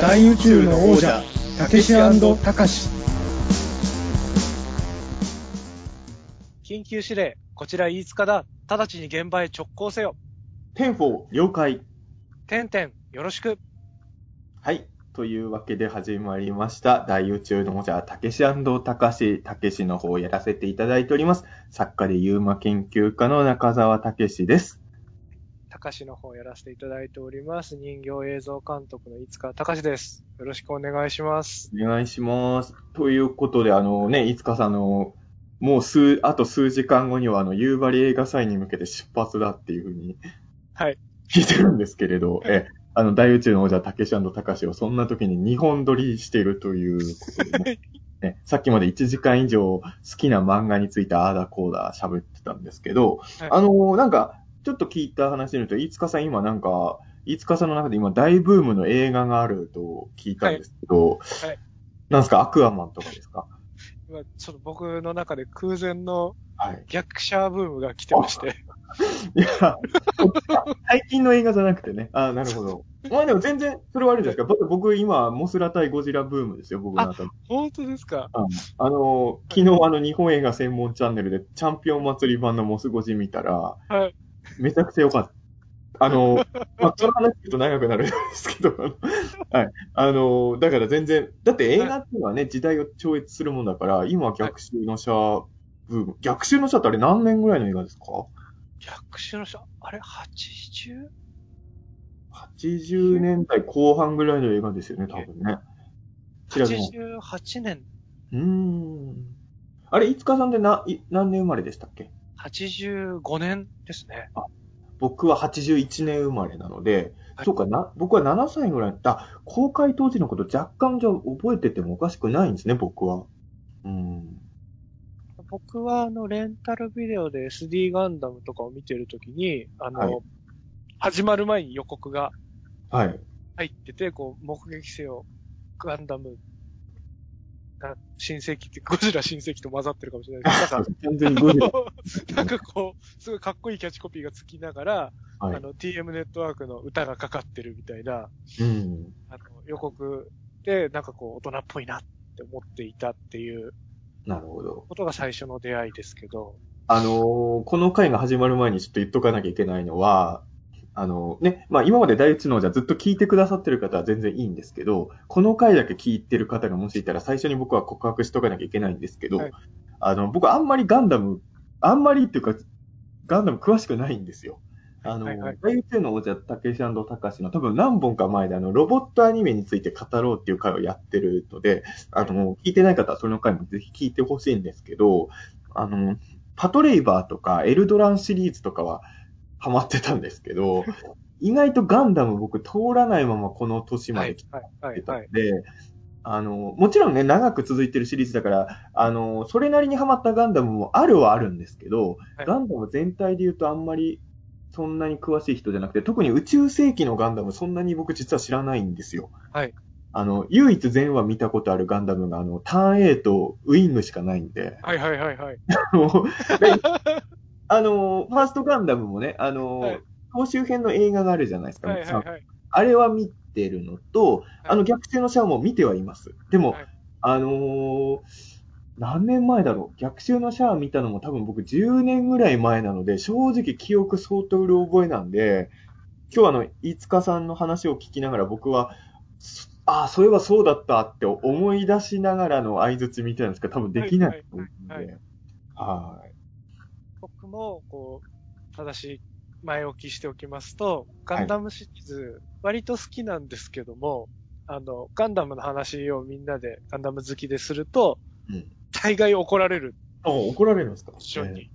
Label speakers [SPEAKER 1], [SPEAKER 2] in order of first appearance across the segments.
[SPEAKER 1] 大宇宙の王者たけしたかし
[SPEAKER 2] 緊急指令、こちら飯塚だ。直ちに現場へ直行せよ。
[SPEAKER 3] テンフォー、了解。
[SPEAKER 2] てんてん、よろしく。
[SPEAKER 3] はい。というわけで始まりました。大宇宙のおじゃ、たけしたかし、たけしの方をやらせていただいております。作家でユーマ研究家の中澤たけしです。
[SPEAKER 2] たかしの方やらせていただいております。人形映像監督の飯塚たかしです。よろしくお願いします。
[SPEAKER 3] お願いします。ということで、あのね、いつかさんあの、もう数、あと数時間後にはあの、夕張映画祭に向けて出発だっていうふうに
[SPEAKER 2] はい。
[SPEAKER 3] 聞いてるんですけれ ど、え、あの、大宇宙の王者、たけしたかしをそんな時に2本撮りしているということでねね、さっきまで1時間以上好きな漫画についてああだこうだ喋ってたんですけど、
[SPEAKER 2] はい
[SPEAKER 3] あの、なんか、ちょっと聞いた話によると、飯塚さん今なんか、飯塚さんの中で今大ブームの映画があると聞いたんですけど、
[SPEAKER 2] いはい
[SPEAKER 3] なんですか、アクアマンとかですか
[SPEAKER 2] 今、ちょっと僕の中で空前の
[SPEAKER 3] はい。
[SPEAKER 2] 逆シャーブームが来てまして。
[SPEAKER 3] いや、最近の映画じゃなくてね。ああ、なるほど。まあでも全然、それはあるんじゃないですか。僕、僕今、モスラ対ゴジラブームですよ、僕の中で。
[SPEAKER 2] 本当ですか
[SPEAKER 3] あの、昨日、あの、日本映画専門チャンネルで、チャンピオン祭り版のモスゴジ見たら、
[SPEAKER 2] はい。
[SPEAKER 3] めちゃくちゃ良かった。あの、まあ、その話聞くと長くなるんですけど、はい。あの、だから全然、だって映画っていうのはね、時代を超越するもんだから、今、逆襲のシャーブーム。逆襲のシャーってあれ何年ぐらいの映画ですか
[SPEAKER 2] 逆襲の人、あれ 80?
[SPEAKER 3] 80年代後半ぐらいの映画ですよね、多分ね。調べます
[SPEAKER 2] 88年、
[SPEAKER 3] うーん。あれ、いつかさんってな、い何年生まれでしたっけ
[SPEAKER 2] 85年ですね。
[SPEAKER 3] 僕は81年生まれなので、
[SPEAKER 2] はい
[SPEAKER 3] そうかな、僕は7歳ぐらい、あ、公開当時のこと若干じゃ覚えててもおかしくないんですね、僕は。うん。
[SPEAKER 2] 僕は、あの、レンタルビデオで SD ガンダムとかを見てるときに、あの、
[SPEAKER 3] はい
[SPEAKER 2] 始まる前に予告が
[SPEAKER 3] はい。
[SPEAKER 2] 入ってて、こう、目撃せよ、ガンダム、な新世紀って、ゴジラ新世紀と混ざってるかもしれないですけど、
[SPEAKER 3] 完全にゴジ
[SPEAKER 2] な
[SPEAKER 3] ラ
[SPEAKER 2] ん。か、なんかこう、すごいかっこいいキャッチコピーがつきながら、
[SPEAKER 3] はい
[SPEAKER 2] あの、TM ネットワークの歌がかかってるみたいな、
[SPEAKER 3] うん。
[SPEAKER 2] あの、予告で、なんかこう、大人っぽいなって思っていたっていう
[SPEAKER 3] なるほど。
[SPEAKER 2] ことが最初の出会いですけど、
[SPEAKER 3] あのーこの回が始まる前にちょっと言っとかなきゃいけないのは、あのーね、まあ今まで第一のじゃずっと聞いてくださってる方は全然いいんですけど、この回だけ聞いてる方がもしいたら最初に僕は告白しとかなきゃいけないんですけど、
[SPEAKER 2] はい
[SPEAKER 3] あの、僕あんまりガンダム、あんまりっていうか、ガンダム詳しくないんですよ。あのー、
[SPEAKER 2] はいはい
[SPEAKER 3] 大宇宙の王者、たけしたかしの多分何本か前であの、ロボットアニメについて語ろうっていう回をやってるので、あのー、聞いてない方はその回もぜひ聞いてほしいんですけど、あのー、パトレイバーとかエルドランシリーズとかはハマってたんですけ ど、意外とガンダム僕通らないままこの年ま
[SPEAKER 2] は
[SPEAKER 3] で
[SPEAKER 2] い
[SPEAKER 3] 来、
[SPEAKER 2] はい、は
[SPEAKER 3] て
[SPEAKER 2] い、
[SPEAKER 3] た
[SPEAKER 2] は
[SPEAKER 3] ん
[SPEAKER 2] い。
[SPEAKER 3] で、あの、もちろんね、長く続いてるシリーズだから、あの、それなりにハマったガンダムもあるはあるんですけど、
[SPEAKER 2] はい
[SPEAKER 3] ガンダム全体で言うとあんまりそんなに詳しい人じゃなくて、特に宇宙世紀のガンダムそんなに僕実は知らないんですよ。
[SPEAKER 2] はい。
[SPEAKER 3] あの、唯一全話見たことあるガンダムが、あの、ターン A とウィングしかないんで、
[SPEAKER 2] はい、はい、はい、はい。
[SPEAKER 3] あの、あのファーストガンダムもね、あの
[SPEAKER 2] はい
[SPEAKER 3] 総集編の映画があるじゃないですか、
[SPEAKER 2] はい、はい、
[SPEAKER 3] さ
[SPEAKER 2] はい。
[SPEAKER 3] あれは見てるのと、あの逆襲のシャアも見てはいます。でも、
[SPEAKER 2] はい
[SPEAKER 3] あのー何年前だろう逆襲のシャア見たのも多分僕10年ぐらい前なので、正直記憶相当うる覚えなんで、今日あの、飯塚さんの話を聞きながら僕は、そああ、そういえばそうだったって思い出しながらの相づちみたいなのしか多分できないと思うんで。
[SPEAKER 2] はいはいは
[SPEAKER 3] はい
[SPEAKER 2] 僕も、こう、ただし、前置きしておきますと、ガンダムシリーズ、割と好きなんですけども、あの、ガンダムの話をみんなで、ガンダム好きですると、
[SPEAKER 3] うん
[SPEAKER 2] 大概怒られる
[SPEAKER 3] あ、怒られるんですか
[SPEAKER 2] 一緒に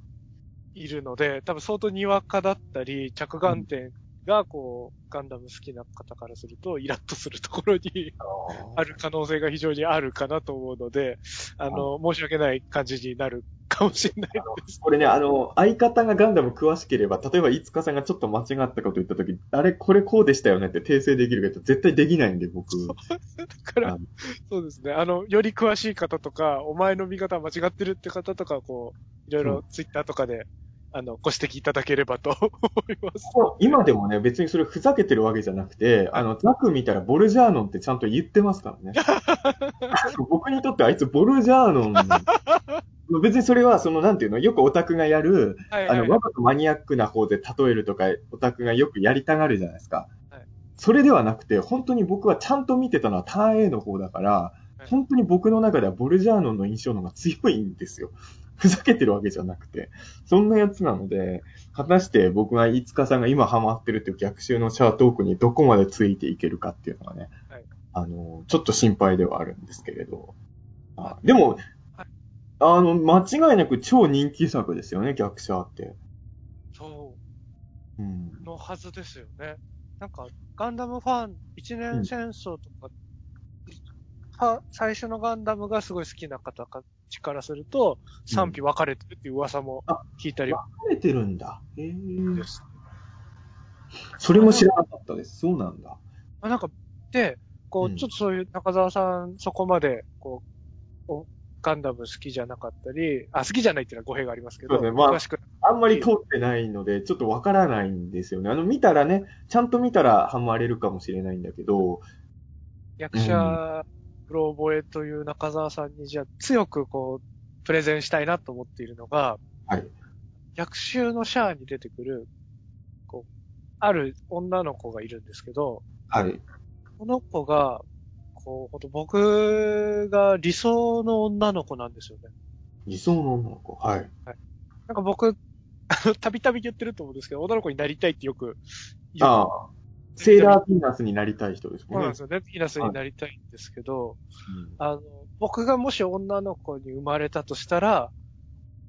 [SPEAKER 2] いるので、多分相当にわかだったり、着眼点が、こう、ガンダム好きな方からすると、イラッとするところにある可能性が非常にあるかなと思うので、あの、申し訳ない感じになるかもしれないです。
[SPEAKER 3] これね、あの、相方がガンダム詳しければ、例えば、いつかさんがちょっと間違ったこと言ったとき、あれ、これこうでしたよねって訂正できるけど、絶対できないんで、僕。
[SPEAKER 2] だから
[SPEAKER 3] あ、
[SPEAKER 2] そうですね。あの、より詳しい方とか、お前の見方は間違ってるって方とか、こう、いろいろツイッターとかで、あの、ご指摘いただければと思います。
[SPEAKER 3] そう今でもね、別にそれふざけてるわけじゃなくて、あの、ザク見たらボルジャーノンってちゃんと言ってますから ね。僕にとってあいつボルジャーノン。別にそれは、その、なんていうの、よくオタクがやる、
[SPEAKER 2] はい
[SPEAKER 3] あ
[SPEAKER 2] はい
[SPEAKER 3] の、わざとマニアックな方で例えるとか、オタクがよくやりたがるじゃないですか。
[SPEAKER 2] はい
[SPEAKER 3] それではなくて、本当に僕はちゃんと見てたのはターン A の方だから
[SPEAKER 2] は、い
[SPEAKER 3] 本当に僕の中ではボルジャーノンの印象の方が強いんですよ。ふざけてるわけじゃなくて。そんなやつなので、果たして僕が飯塚さんが今ハマってるっていう逆襲のシャートークにどこまでついていけるかっていうのがね、
[SPEAKER 2] はい
[SPEAKER 3] あの、ちょっと心配ではあるんですけれど。あでも、
[SPEAKER 2] はい
[SPEAKER 3] あの、間違いなく超人気作ですよね、逆者って。
[SPEAKER 2] そ
[SPEAKER 3] うん。
[SPEAKER 2] う、のはずですよね。なんか、ガンダムファン、一年戦争とか、は最初のガンダムがすごい好きな方たちからすると、賛否分かれてるっていう噂も聞いたりは
[SPEAKER 3] 慣れてるんだ。へえ。
[SPEAKER 2] です。
[SPEAKER 3] それも知らなかったです。そうなんだ。
[SPEAKER 2] まあ、なんか、で、こ
[SPEAKER 3] うん
[SPEAKER 2] う、ちょっとそういう中澤さん、そこまで、こう、おガンダム好きじゃなかったり、あ、好きじゃないっていうのは語弊がありますけど、
[SPEAKER 3] そうですねまあ
[SPEAKER 2] 詳しく、
[SPEAKER 3] あんまり通ってないので、ちょっとわからないんですよね。あの、見たらね、ちゃんと見たらハマれるかもしれないんだけど、
[SPEAKER 2] 役者、プロボエという中澤さんに、じゃあ、強くこう、プレゼンしたいなと思っているのが、
[SPEAKER 3] はい。
[SPEAKER 2] 逆襲のシャアに出てくる、こう、ある女の子がいるんですけど、
[SPEAKER 3] はい。
[SPEAKER 2] この子が、こう、ほんと僕が理想の女の子なんですよね。
[SPEAKER 3] 理想の女の子。はい。
[SPEAKER 2] なんか僕、あの、たびたび言ってると思うんですけど、女の子になりたいってよく言う。
[SPEAKER 3] ああ。セーラーヴィーナスになりたい人です
[SPEAKER 2] そう
[SPEAKER 3] もん
[SPEAKER 2] なん
[SPEAKER 3] ね
[SPEAKER 2] で。すよね。ピーナスになりたいんですけど、
[SPEAKER 3] うん
[SPEAKER 2] あの、僕がもし女の子に生まれたとしたら、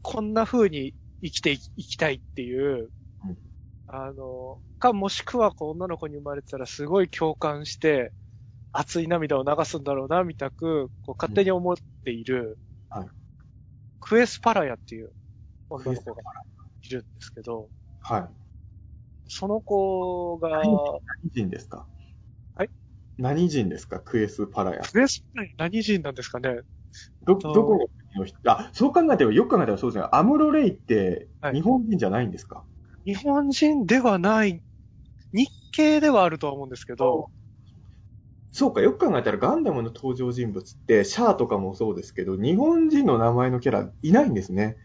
[SPEAKER 2] こんな風に生きていいきたいっていう
[SPEAKER 3] うん、
[SPEAKER 2] あの、か、もしくはこう女の子に生まれてたらすごい共感して、熱い涙を流すんだろうな、みたく、こう勝手に思っている、
[SPEAKER 3] うんはい
[SPEAKER 2] クエスパラヤっていう女の子がいるんですけど、
[SPEAKER 3] はい。
[SPEAKER 2] その子が、
[SPEAKER 3] 何人ですか
[SPEAKER 2] はい。
[SPEAKER 3] 何人ですかクエスパラヤ。
[SPEAKER 2] クエスパラヤ何人なんですかね
[SPEAKER 3] ど、
[SPEAKER 2] と
[SPEAKER 3] どこの国の人あ、そう考えても、よく考えたらそうですね。アムロレイって
[SPEAKER 2] はい
[SPEAKER 3] 日本人じゃないんですか、
[SPEAKER 2] 日本人ではない、日系ではあるとは思うんですけど、
[SPEAKER 3] そうか、よく考えたらガンダムの登場人物って、シャアとかもそうですけど、日本人の名前のキャラいないんですね。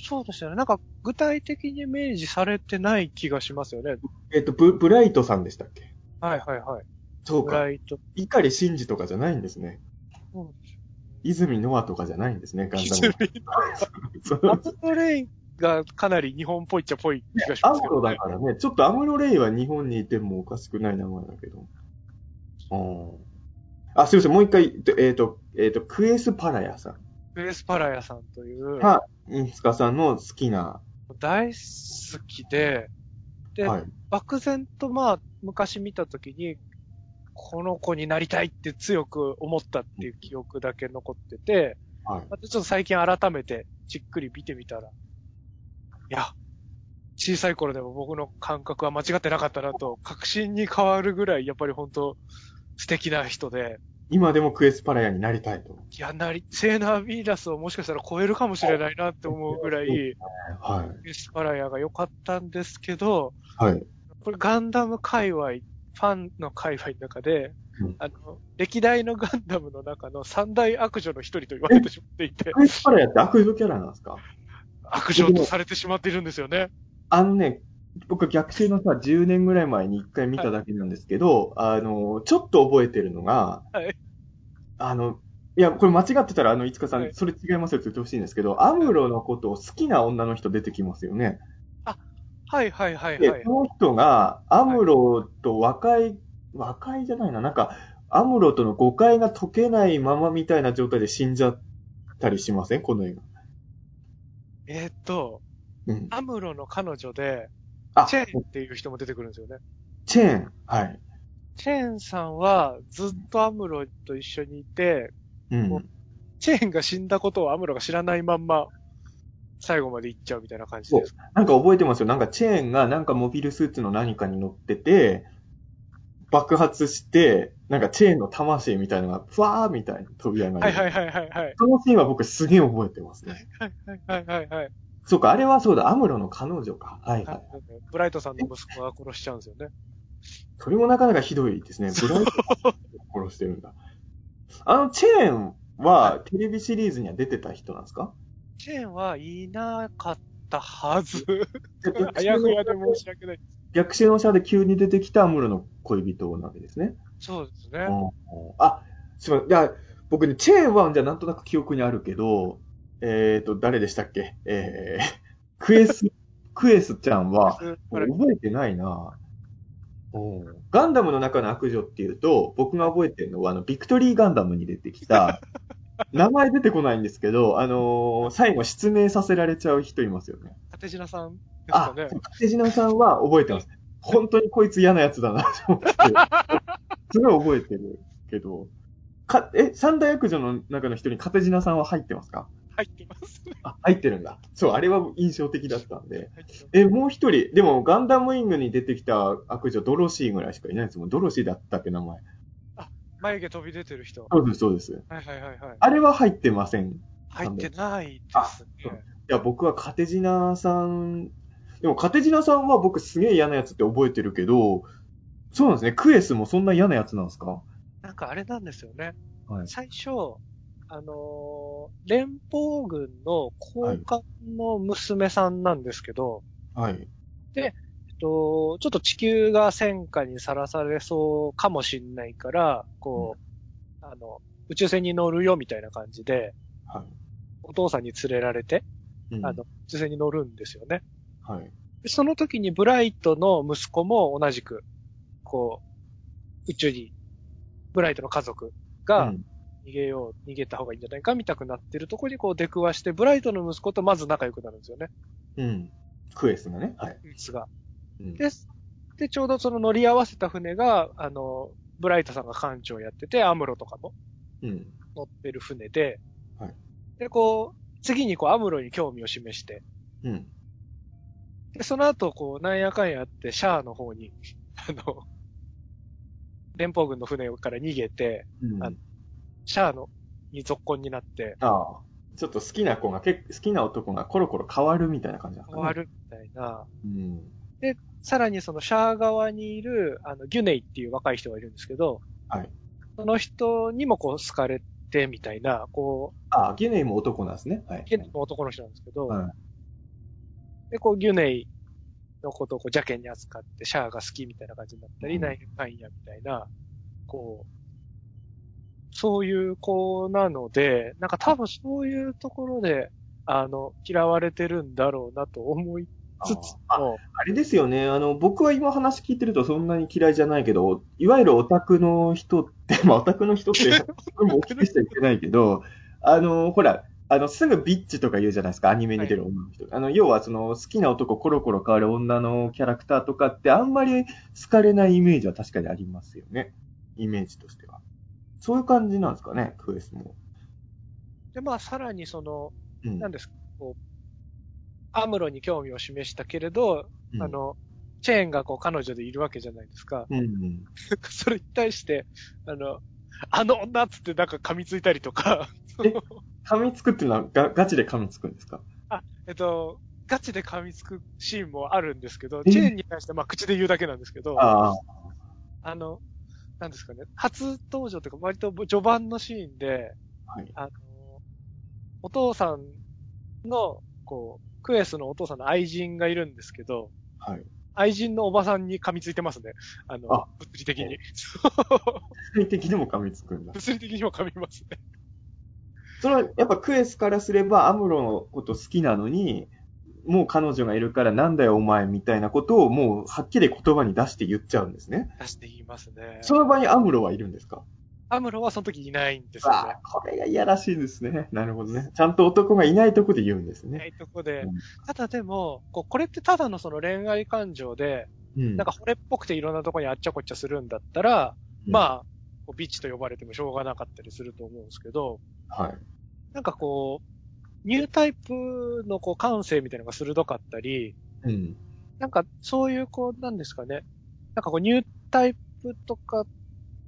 [SPEAKER 2] そうですよね。なんか具体的に明示されてない気がしますよね。
[SPEAKER 3] えっ、とブ、ブライトさんでしたっけ
[SPEAKER 2] はいはいはい。
[SPEAKER 3] そう
[SPEAKER 2] ブ
[SPEAKER 3] か。
[SPEAKER 2] ライト。
[SPEAKER 3] 碇真司とかじゃないんですね。泉ノアとかじゃないんですね、ガンダム。そう
[SPEAKER 2] アプトレインがかなり日本っぽいっちゃっぽい気がし
[SPEAKER 3] ア
[SPEAKER 2] ま
[SPEAKER 3] ム
[SPEAKER 2] すけ
[SPEAKER 3] ロ
[SPEAKER 2] ど、
[SPEAKER 3] だ
[SPEAKER 2] ね。
[SPEAKER 3] からね、ちょっとアムロレイは日本にいてもおかしくない名前だけど。あーあ、すいません、もう一回、えっ、と、えっ、と、クエスパラヤさん。
[SPEAKER 2] クエスパラヤさんという、
[SPEAKER 3] はインスカさんの好きな、
[SPEAKER 2] 大好きで、で、
[SPEAKER 3] はい。
[SPEAKER 2] 漠然とまあ、昔見たときに、この子になりたいって強く思ったっていう記憶だけ残ってて、
[SPEAKER 3] はい。
[SPEAKER 2] またちょっと最近改めてじっくり見てみたら、いや、小さい頃でも僕の感覚は間違ってなかったなと、確信に変わるぐらい、やっぱり本当素敵な人で、
[SPEAKER 3] 今でもクエスパラヤになりたいと。
[SPEAKER 2] いや、なり、セーナービーダスをもしかしたら超えるかもしれないなって思うぐらい、
[SPEAKER 3] はい。
[SPEAKER 2] エスパラヤが良かったんですけど、
[SPEAKER 3] はい。
[SPEAKER 2] これガンダム界隈、ファンの界隈の中で、
[SPEAKER 3] うん
[SPEAKER 2] あの、歴代のガンダムの中の三大悪女の一人と言われてしまっていて、
[SPEAKER 3] クエスパラヤって悪女キャラなんですか
[SPEAKER 2] 悪女とされてしまっているんですよね。
[SPEAKER 3] あのね、僕逆襲のさ、10年ぐらい前に一回見ただけなんですけど、あの、ちょっと覚えてるのが、
[SPEAKER 2] はい
[SPEAKER 3] あの、いや、これ間違ってたら、あの、いつかさん、
[SPEAKER 2] はい
[SPEAKER 3] それ違いますよって言ってほしいんですけど、アムロのことを好きな女の人出てきますよね。
[SPEAKER 2] はいはいはい
[SPEAKER 3] で、
[SPEAKER 2] はい
[SPEAKER 3] そ。の人が、アムロと和解、和解じゃないな、なんか、アムロとの誤解が解けないままみたいな状態で死んじゃったりしませんこの映画。
[SPEAKER 2] えーっと、
[SPEAKER 3] うん。
[SPEAKER 2] アムロの彼女で、
[SPEAKER 3] あ、
[SPEAKER 2] チ
[SPEAKER 3] チェ
[SPEAKER 2] ェ
[SPEAKER 3] ー
[SPEAKER 2] ー
[SPEAKER 3] ン
[SPEAKER 2] ン。っていう人も出てくるんですよね。
[SPEAKER 3] チェーン。はい。
[SPEAKER 2] チェーンさんはずっとアムロと一緒にいて、
[SPEAKER 3] うん。
[SPEAKER 2] チェーンが死んだことをアムロが知らないまんま、最後まで行っちゃうみたいな感じです。
[SPEAKER 3] なんか覚えてますよ。なんかチェーンがなんかモビルスーツの何かに乗ってて、爆発して、なんかチェーンの魂みたいなのが、ふわーみたいに飛び上がる。
[SPEAKER 2] はいはいはいはいはい。
[SPEAKER 3] そのシーンは僕すげえ覚えてますね。
[SPEAKER 2] はいはいはいはいはい。
[SPEAKER 3] そうか、あれはそうだ、アムロの彼女か。はいはい。
[SPEAKER 2] なんかブライトさんの息子が殺しちゃうんですよね。
[SPEAKER 3] それもなかなかひどいですね。ブライトさんを殺してるん だ。あの、チェーンは、テレビシリーズには出てた人なんですか
[SPEAKER 2] チェーンはいなかったは ず。あやふやで
[SPEAKER 3] 逆
[SPEAKER 2] 申し訳ない。
[SPEAKER 3] 逆襲の者で急に出てきたアムロの恋人なわけですね。
[SPEAKER 2] そうです
[SPEAKER 3] う
[SPEAKER 2] ね。
[SPEAKER 3] んうんあ、すみません。じゃあ僕ね、チェーンは、じゃあなんとなく記憶にあるけど、えっ、と、誰でしたっけえー、 クエス、 クエスちゃんは、もう覚えてないなうんガンダムの中の悪女っていうと、僕が覚えてるのは、あの、ビクトリーガンダムに出てきた、名前出てこないんですけど、あのー最後失明させられちゃう人いますよね。
[SPEAKER 2] 縦品さんです
[SPEAKER 3] あ、
[SPEAKER 2] かね。
[SPEAKER 3] 手品さんは覚えてます。本当にこいつ嫌なやつだなと思っ て。すごい覚えてるけど。か、え、三大悪女の中の人に片品さんは入ってますか
[SPEAKER 2] 入ってます。
[SPEAKER 3] あ、入ってるんだ。そう、あれは印象的だったんで。
[SPEAKER 2] 入ってます
[SPEAKER 3] え、もう一人、でもガンダムウィングに出てきた悪女、ドロシーぐらいしかいないですもん。ドロシーだったっけ、名前。
[SPEAKER 2] 眉毛飛び出てる人。
[SPEAKER 3] そうです、そうです。
[SPEAKER 2] はいはいはいはい。
[SPEAKER 3] あれは入ってません。い
[SPEAKER 2] 入ってないですね。
[SPEAKER 3] や、僕は片品さん、でも片品さんは僕すげえ嫌なやつって覚えてるけど、そうなんですね。クエスもそんな嫌なやつなんですか
[SPEAKER 2] なんかあれなんですよね。
[SPEAKER 3] はい
[SPEAKER 2] 最初、あのー連邦軍の高官の娘さんなんですけど、
[SPEAKER 3] はい。
[SPEAKER 2] えっと、ちょっと地球が戦火にさらされそうかもしんないから、こう、あの、宇宙船に乗るよみたいな感じで、
[SPEAKER 3] は
[SPEAKER 2] お父さんに連れられて、
[SPEAKER 3] い。うん
[SPEAKER 2] あの、、宇宙船に乗るんですよね。
[SPEAKER 3] はい。
[SPEAKER 2] でその時にブライトの息子も同じく、こう、宇宙に、ブライトの家族が
[SPEAKER 3] うん
[SPEAKER 2] 逃げよう、逃げた方がいいんじゃないか、みたくなってるとこにこう出くわして、ブライトの息子とまず仲良くなるんですよね、
[SPEAKER 3] うん。クエスがね。はい。
[SPEAKER 2] いつが。
[SPEAKER 3] うん
[SPEAKER 2] で、で、ちょうどその乗り合わせた船が、あの、ブライトさんが艦長やってて、アムロとかも
[SPEAKER 3] うん。
[SPEAKER 2] 乗ってる船で、
[SPEAKER 3] はい
[SPEAKER 2] で、こう、次にこう、アムロに興味を示して、
[SPEAKER 3] うん。
[SPEAKER 2] で、その後、こう、なんやかんやあって、シャアの方に、あの、連邦軍の船から逃げて、
[SPEAKER 3] うん
[SPEAKER 2] あシャアの、に続婚になって、
[SPEAKER 3] ああ。ちょっと好きな子が、け好きな男がコロコロ変わるみたいな感じなんです
[SPEAKER 2] 終
[SPEAKER 3] かね。
[SPEAKER 2] わ。るみたいな。
[SPEAKER 3] うん。
[SPEAKER 2] さらにそのシャア側にいる、あの、ギュネイっていう若い人がいるんですけど、
[SPEAKER 3] はい
[SPEAKER 2] その人にもこう好かれて、みたいな、こ、。
[SPEAKER 3] ああ、ゲネイも男なんですね。はいう
[SPEAKER 2] ギュネイの男の人なんですけど、
[SPEAKER 3] は
[SPEAKER 2] で、こう、ギュネイのことをこう邪険に扱って、シャアが好きみたいな感じになったり、
[SPEAKER 3] うん
[SPEAKER 2] なんやかんやみたいな、こう、そういう子なので、なんか多分そういうところで、あの、嫌われてるんだろうなと思い
[SPEAKER 3] あ
[SPEAKER 2] つつ
[SPEAKER 3] あ
[SPEAKER 2] も、
[SPEAKER 3] あれですよね。あの、僕は今話聞いてるとそんなに嫌いじゃないけど、いわゆるオタクの人って、 まあオタクの人って、僕も大きくしちゃいけないけど、あの、ほら、あの、すぐビッチとか言うじゃないですか、アニメに出る女の人。あの、要はその、好きな男コロコロ変わる女のキャラクターとかって、あんまり好かれないイメージは確かにありますよね。イメージとしては。そういう感じなんですかね、クエスも。
[SPEAKER 2] で、まあさらにその、
[SPEAKER 3] うん。
[SPEAKER 2] なんですか、こう、アムロに興味を示したけれど、
[SPEAKER 3] うん
[SPEAKER 2] あ、の、チェーンがこう彼女でいるわけじゃないですか。
[SPEAKER 3] うんうん。
[SPEAKER 2] それに対して、あの、あの女っつってなんか噛みついたりとか、
[SPEAKER 3] 噛みつくっていうのはガガチで噛みつくんですか
[SPEAKER 2] えっと、ガチで噛みつくシーンもあるんですけど、
[SPEAKER 3] え
[SPEAKER 2] チェーンに対して、まあ、口で言うだけなんですけど、あ
[SPEAKER 3] ああ、
[SPEAKER 2] の、なんですかね、初登場というか、割と序盤のシーンで、
[SPEAKER 3] はい
[SPEAKER 2] あの、お父さんの、こう、クエスのお父さんの愛人がいるんですけど、
[SPEAKER 3] はい。
[SPEAKER 2] 愛人のおばさんに噛みついてますね。あの、
[SPEAKER 3] あ
[SPEAKER 2] 物理的に。
[SPEAKER 3] 最適でも噛みつくんだ。
[SPEAKER 2] 物理的にも噛みますね。
[SPEAKER 3] それはやっぱクエスからすればアムロのこと好きなのに、もう彼女がいるからなんだよお前みたいなことをもうはっきり言葉に出して言っちゃうんですね。
[SPEAKER 2] 出して言いますね。
[SPEAKER 3] その場にアムロはいるんですか
[SPEAKER 2] アムロはその時いないんですよ
[SPEAKER 3] あ
[SPEAKER 2] ね
[SPEAKER 3] あ、。これがいやらしいですね。なるほどね。ちゃんと男がいないとこで言うんです
[SPEAKER 2] い
[SPEAKER 3] ね。
[SPEAKER 2] ないとこで
[SPEAKER 3] うん。
[SPEAKER 2] ただでも、こうこれってただのその恋愛感情で、
[SPEAKER 3] うん。
[SPEAKER 2] なんか惚れっぽくていろんなとこにあっちゃこっちゃするんだったら、
[SPEAKER 3] うん
[SPEAKER 2] まあ、こうビッチと呼ばれてもしょうがなかったりすると思うんですけど、
[SPEAKER 3] はい。
[SPEAKER 2] なんかこう、ニュータイプのこう感性みたいなのが鋭かったり、
[SPEAKER 3] うん。
[SPEAKER 2] なんかそういうこう、なんですかね。なんかこうニュータイプとか、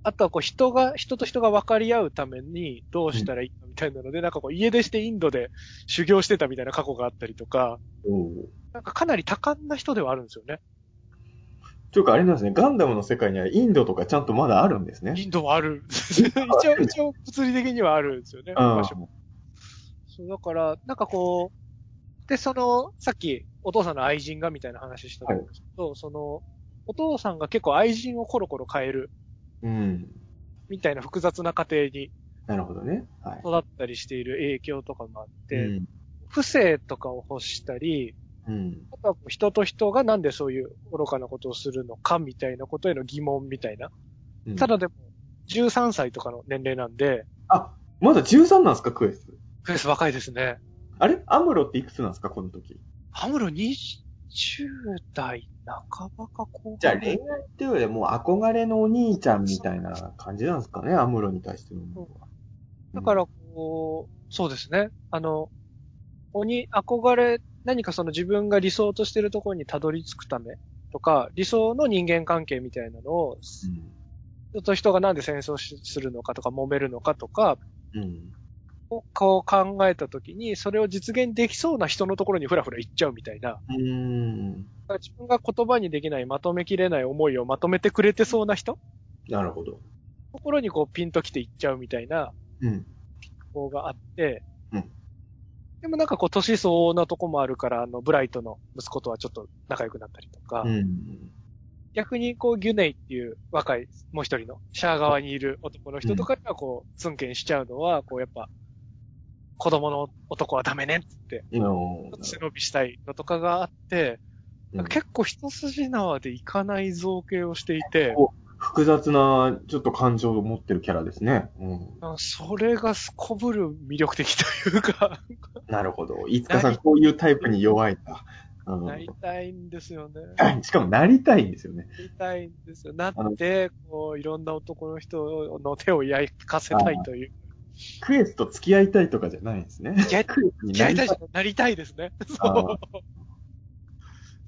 [SPEAKER 2] あとはこう人が、人と人が分かり合うためにどうしたらいいかみたいなので、なんかこう家出してインドで修行してたみたいな過去があったりとか、
[SPEAKER 3] おー
[SPEAKER 2] なんかかなり多感な人ではあるんですよね。
[SPEAKER 3] というか、あれなんですね、ガンダムの世界にはインドとかちゃんとまだあるんですね。
[SPEAKER 2] インドはある。一応、一応物理的にはあるんですよ
[SPEAKER 3] う
[SPEAKER 2] ね。
[SPEAKER 3] ん
[SPEAKER 2] 場所もそう、だから、なんかこう、で、その、さっきお父さんの愛人がみたいな話したと思うんですけど、その、お父さんが結構愛人をコロコロ変える
[SPEAKER 3] うん。
[SPEAKER 2] みたいな複雑な家庭に
[SPEAKER 3] なるほどね。はい。
[SPEAKER 2] 育ったりしている影響とかもあって、
[SPEAKER 3] うん
[SPEAKER 2] 不正とかを欲したり、
[SPEAKER 3] うん。
[SPEAKER 2] あとは人と人がなんでそういう愚かなことをするのかみたいなことへの疑問みたいな。
[SPEAKER 3] うん
[SPEAKER 2] ただ、でも、13歳とかの年齢なんで、
[SPEAKER 3] あ、まだ13なんですか、クエス。
[SPEAKER 2] フェス若いですね。
[SPEAKER 3] あれアムロっていくつなんですか、この時。
[SPEAKER 2] ハムロ20代半ばか後
[SPEAKER 3] じゃあ、
[SPEAKER 2] 半。
[SPEAKER 3] 恋愛っていうよりもう憧れのお兄ちゃんみたいな感じなんですかね、アムロに対しての思いは。
[SPEAKER 2] だから、こう、そうですね。あの、鬼、憧れ、何かその自分が理想としてるところにたどり着くためとか、理想の人間関係みたいなのを、
[SPEAKER 3] う
[SPEAKER 2] 人と人がなんで戦争しするのかとか、揉めるのかとか、
[SPEAKER 3] ん。うん。
[SPEAKER 2] をこう考えたときに、それを実現できそうな人のところにふらふら行っちゃうみたいな。
[SPEAKER 3] うーん。
[SPEAKER 2] だから自分が言葉にできない、まとめきれない思いをまとめてくれてそうな人
[SPEAKER 3] なるほど。
[SPEAKER 2] ところにこうピンときて行っちゃうみたいな
[SPEAKER 3] うん。
[SPEAKER 2] 方があって、
[SPEAKER 3] うん
[SPEAKER 2] でもなんかこう年相応なとこもあるから、あの、ブライトの息子とはちょっと仲良くなったりとか、
[SPEAKER 3] うん。
[SPEAKER 2] 逆にこうギュネイっていう若い、もう一人の、シャア側にいる男の人とかがこう、ツンケンしちゃうのは、こうやっぱ、子供の男はダメねってって、
[SPEAKER 3] うんなるほど
[SPEAKER 2] 背伸びしたいのとかがあって、
[SPEAKER 3] うん
[SPEAKER 2] 結構一筋縄でいかない造形をしていて、
[SPEAKER 3] 複雑な、ちょっと感情を持ってるキャラですね。うん。
[SPEAKER 2] あそれがすこぶる魅力的というか、
[SPEAKER 3] なるほど。いつかさん、こういうタイプに弱いんだ。う
[SPEAKER 2] なりたいんですよね。
[SPEAKER 3] ん。しかも、なりたいんですよね。
[SPEAKER 2] なりたいんですよ。なって、こう、いろんな男の人の手を焼かせたいという。
[SPEAKER 3] クエスと付き合いたいとかじゃないんですね。
[SPEAKER 2] や
[SPEAKER 3] クエスに
[SPEAKER 2] や
[SPEAKER 3] なりた
[SPEAKER 2] りたい
[SPEAKER 3] い
[SPEAKER 2] じゃんなりたいですね。そう
[SPEAKER 3] あ。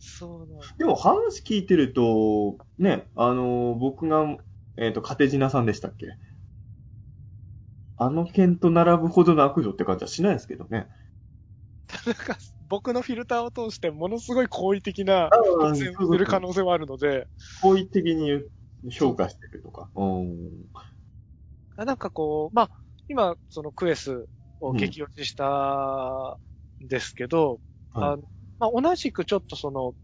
[SPEAKER 2] そうなん
[SPEAKER 3] でも話聞いてると、ね、あの僕が、えっ、と、カテジナさんでしたっけあの辺と並ぶほどの悪女って感じはしないですけどね。
[SPEAKER 2] なんか、僕のフィルターを通して、ものすごい好意的な
[SPEAKER 3] あ
[SPEAKER 2] 挑戦をする可能性はあるので、
[SPEAKER 3] 好意的に評価してるとか。うん。
[SPEAKER 2] あなんかこう、まあ、今、そのクエスを激落ちしたんですけど、
[SPEAKER 3] うん
[SPEAKER 2] あのまあ、同じくちょっとその、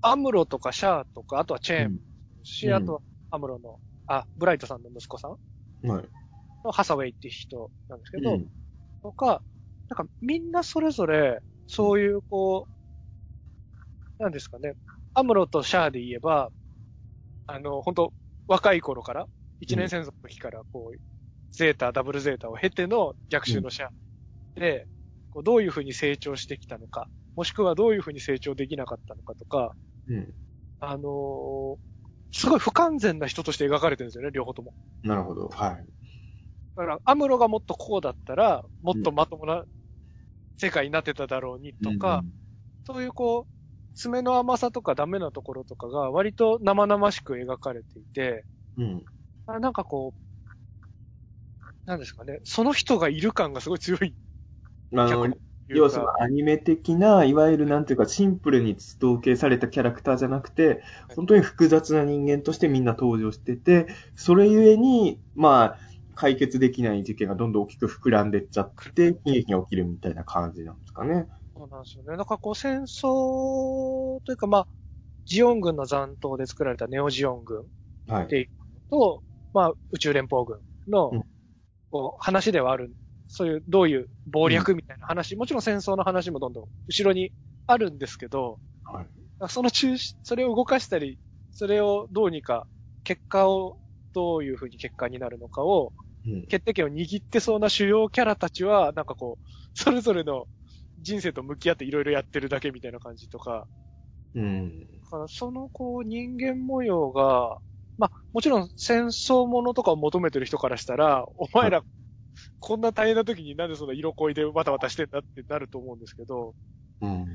[SPEAKER 2] アムロとかシャアとか、あとはチェーンもし、
[SPEAKER 3] うん
[SPEAKER 2] あとはアムロの、あ、ブライトさんの息子さん
[SPEAKER 3] はい。
[SPEAKER 2] のハサウェイっていう人なんですけど、
[SPEAKER 3] うん
[SPEAKER 2] とか、なんかみんなそれぞれ、そういうこう、なんですかね、アムロとシャアで言えば、あの、本当若い頃から、一年戦争の時から、こう、ゼータ、ダブルゼータを経ての逆襲のシャアで、こうどういうふうに成長してきたのか、もしくはどういうふうに成長できなかったのかとか、
[SPEAKER 3] うん。
[SPEAKER 2] あのーすごい不完全な人として描かれてるんですよね、両方とも。
[SPEAKER 3] なるほど。はい。
[SPEAKER 2] だから、アムロがもっとこうだったら、もっとまともな世界になってただろうにとか、そういうこう、爪の甘さとかダメなところとかが割と生々しく描かれていて、
[SPEAKER 3] うん。うん。
[SPEAKER 2] あなんかこう、なんですかね、その人がいる感がすごい強い。
[SPEAKER 3] あ
[SPEAKER 2] 脚
[SPEAKER 3] の
[SPEAKER 2] 本、とい
[SPEAKER 3] 要
[SPEAKER 2] う
[SPEAKER 3] する
[SPEAKER 2] か、
[SPEAKER 3] にアニメ的な、いわゆるなんていうか、シンプルに統計されたキャラクターじゃなくて、本当に複雑な人間としてみんな登場してて、それゆえに、まあ、解決できない事件がどんどん大きく膨らんでっちゃって、悲劇が起きるみたいな感じなんですかね。
[SPEAKER 2] そうなんですよね。なんかこう戦争というかまあ、ジオン軍の残党で作られたネオジオン軍
[SPEAKER 3] はい。
[SPEAKER 2] と、まあ、宇宙連邦軍の、
[SPEAKER 3] うん
[SPEAKER 2] こう、話ではある。そういう、どういう謀略みたいな話、もちろん戦争の話もどんどん後ろにあるんですけど、
[SPEAKER 3] はい
[SPEAKER 2] その中心、それを動かしたり、それをどうにか、結果を、どういうふうに結果になるのかを、
[SPEAKER 3] うん
[SPEAKER 2] 決定権を握ってそうな主要キャラたちは、なんかこう、それぞれの人生と向き合っていろいろやってるだけみたいな感じとか、
[SPEAKER 3] うん。
[SPEAKER 2] だからそのこう人間模様が、まあもちろん戦争ものとかを求めてる人からしたら、お前らこんな大変な時になんでそんな色恋でわたわたしてんだってなると思うんですけど、
[SPEAKER 3] うん。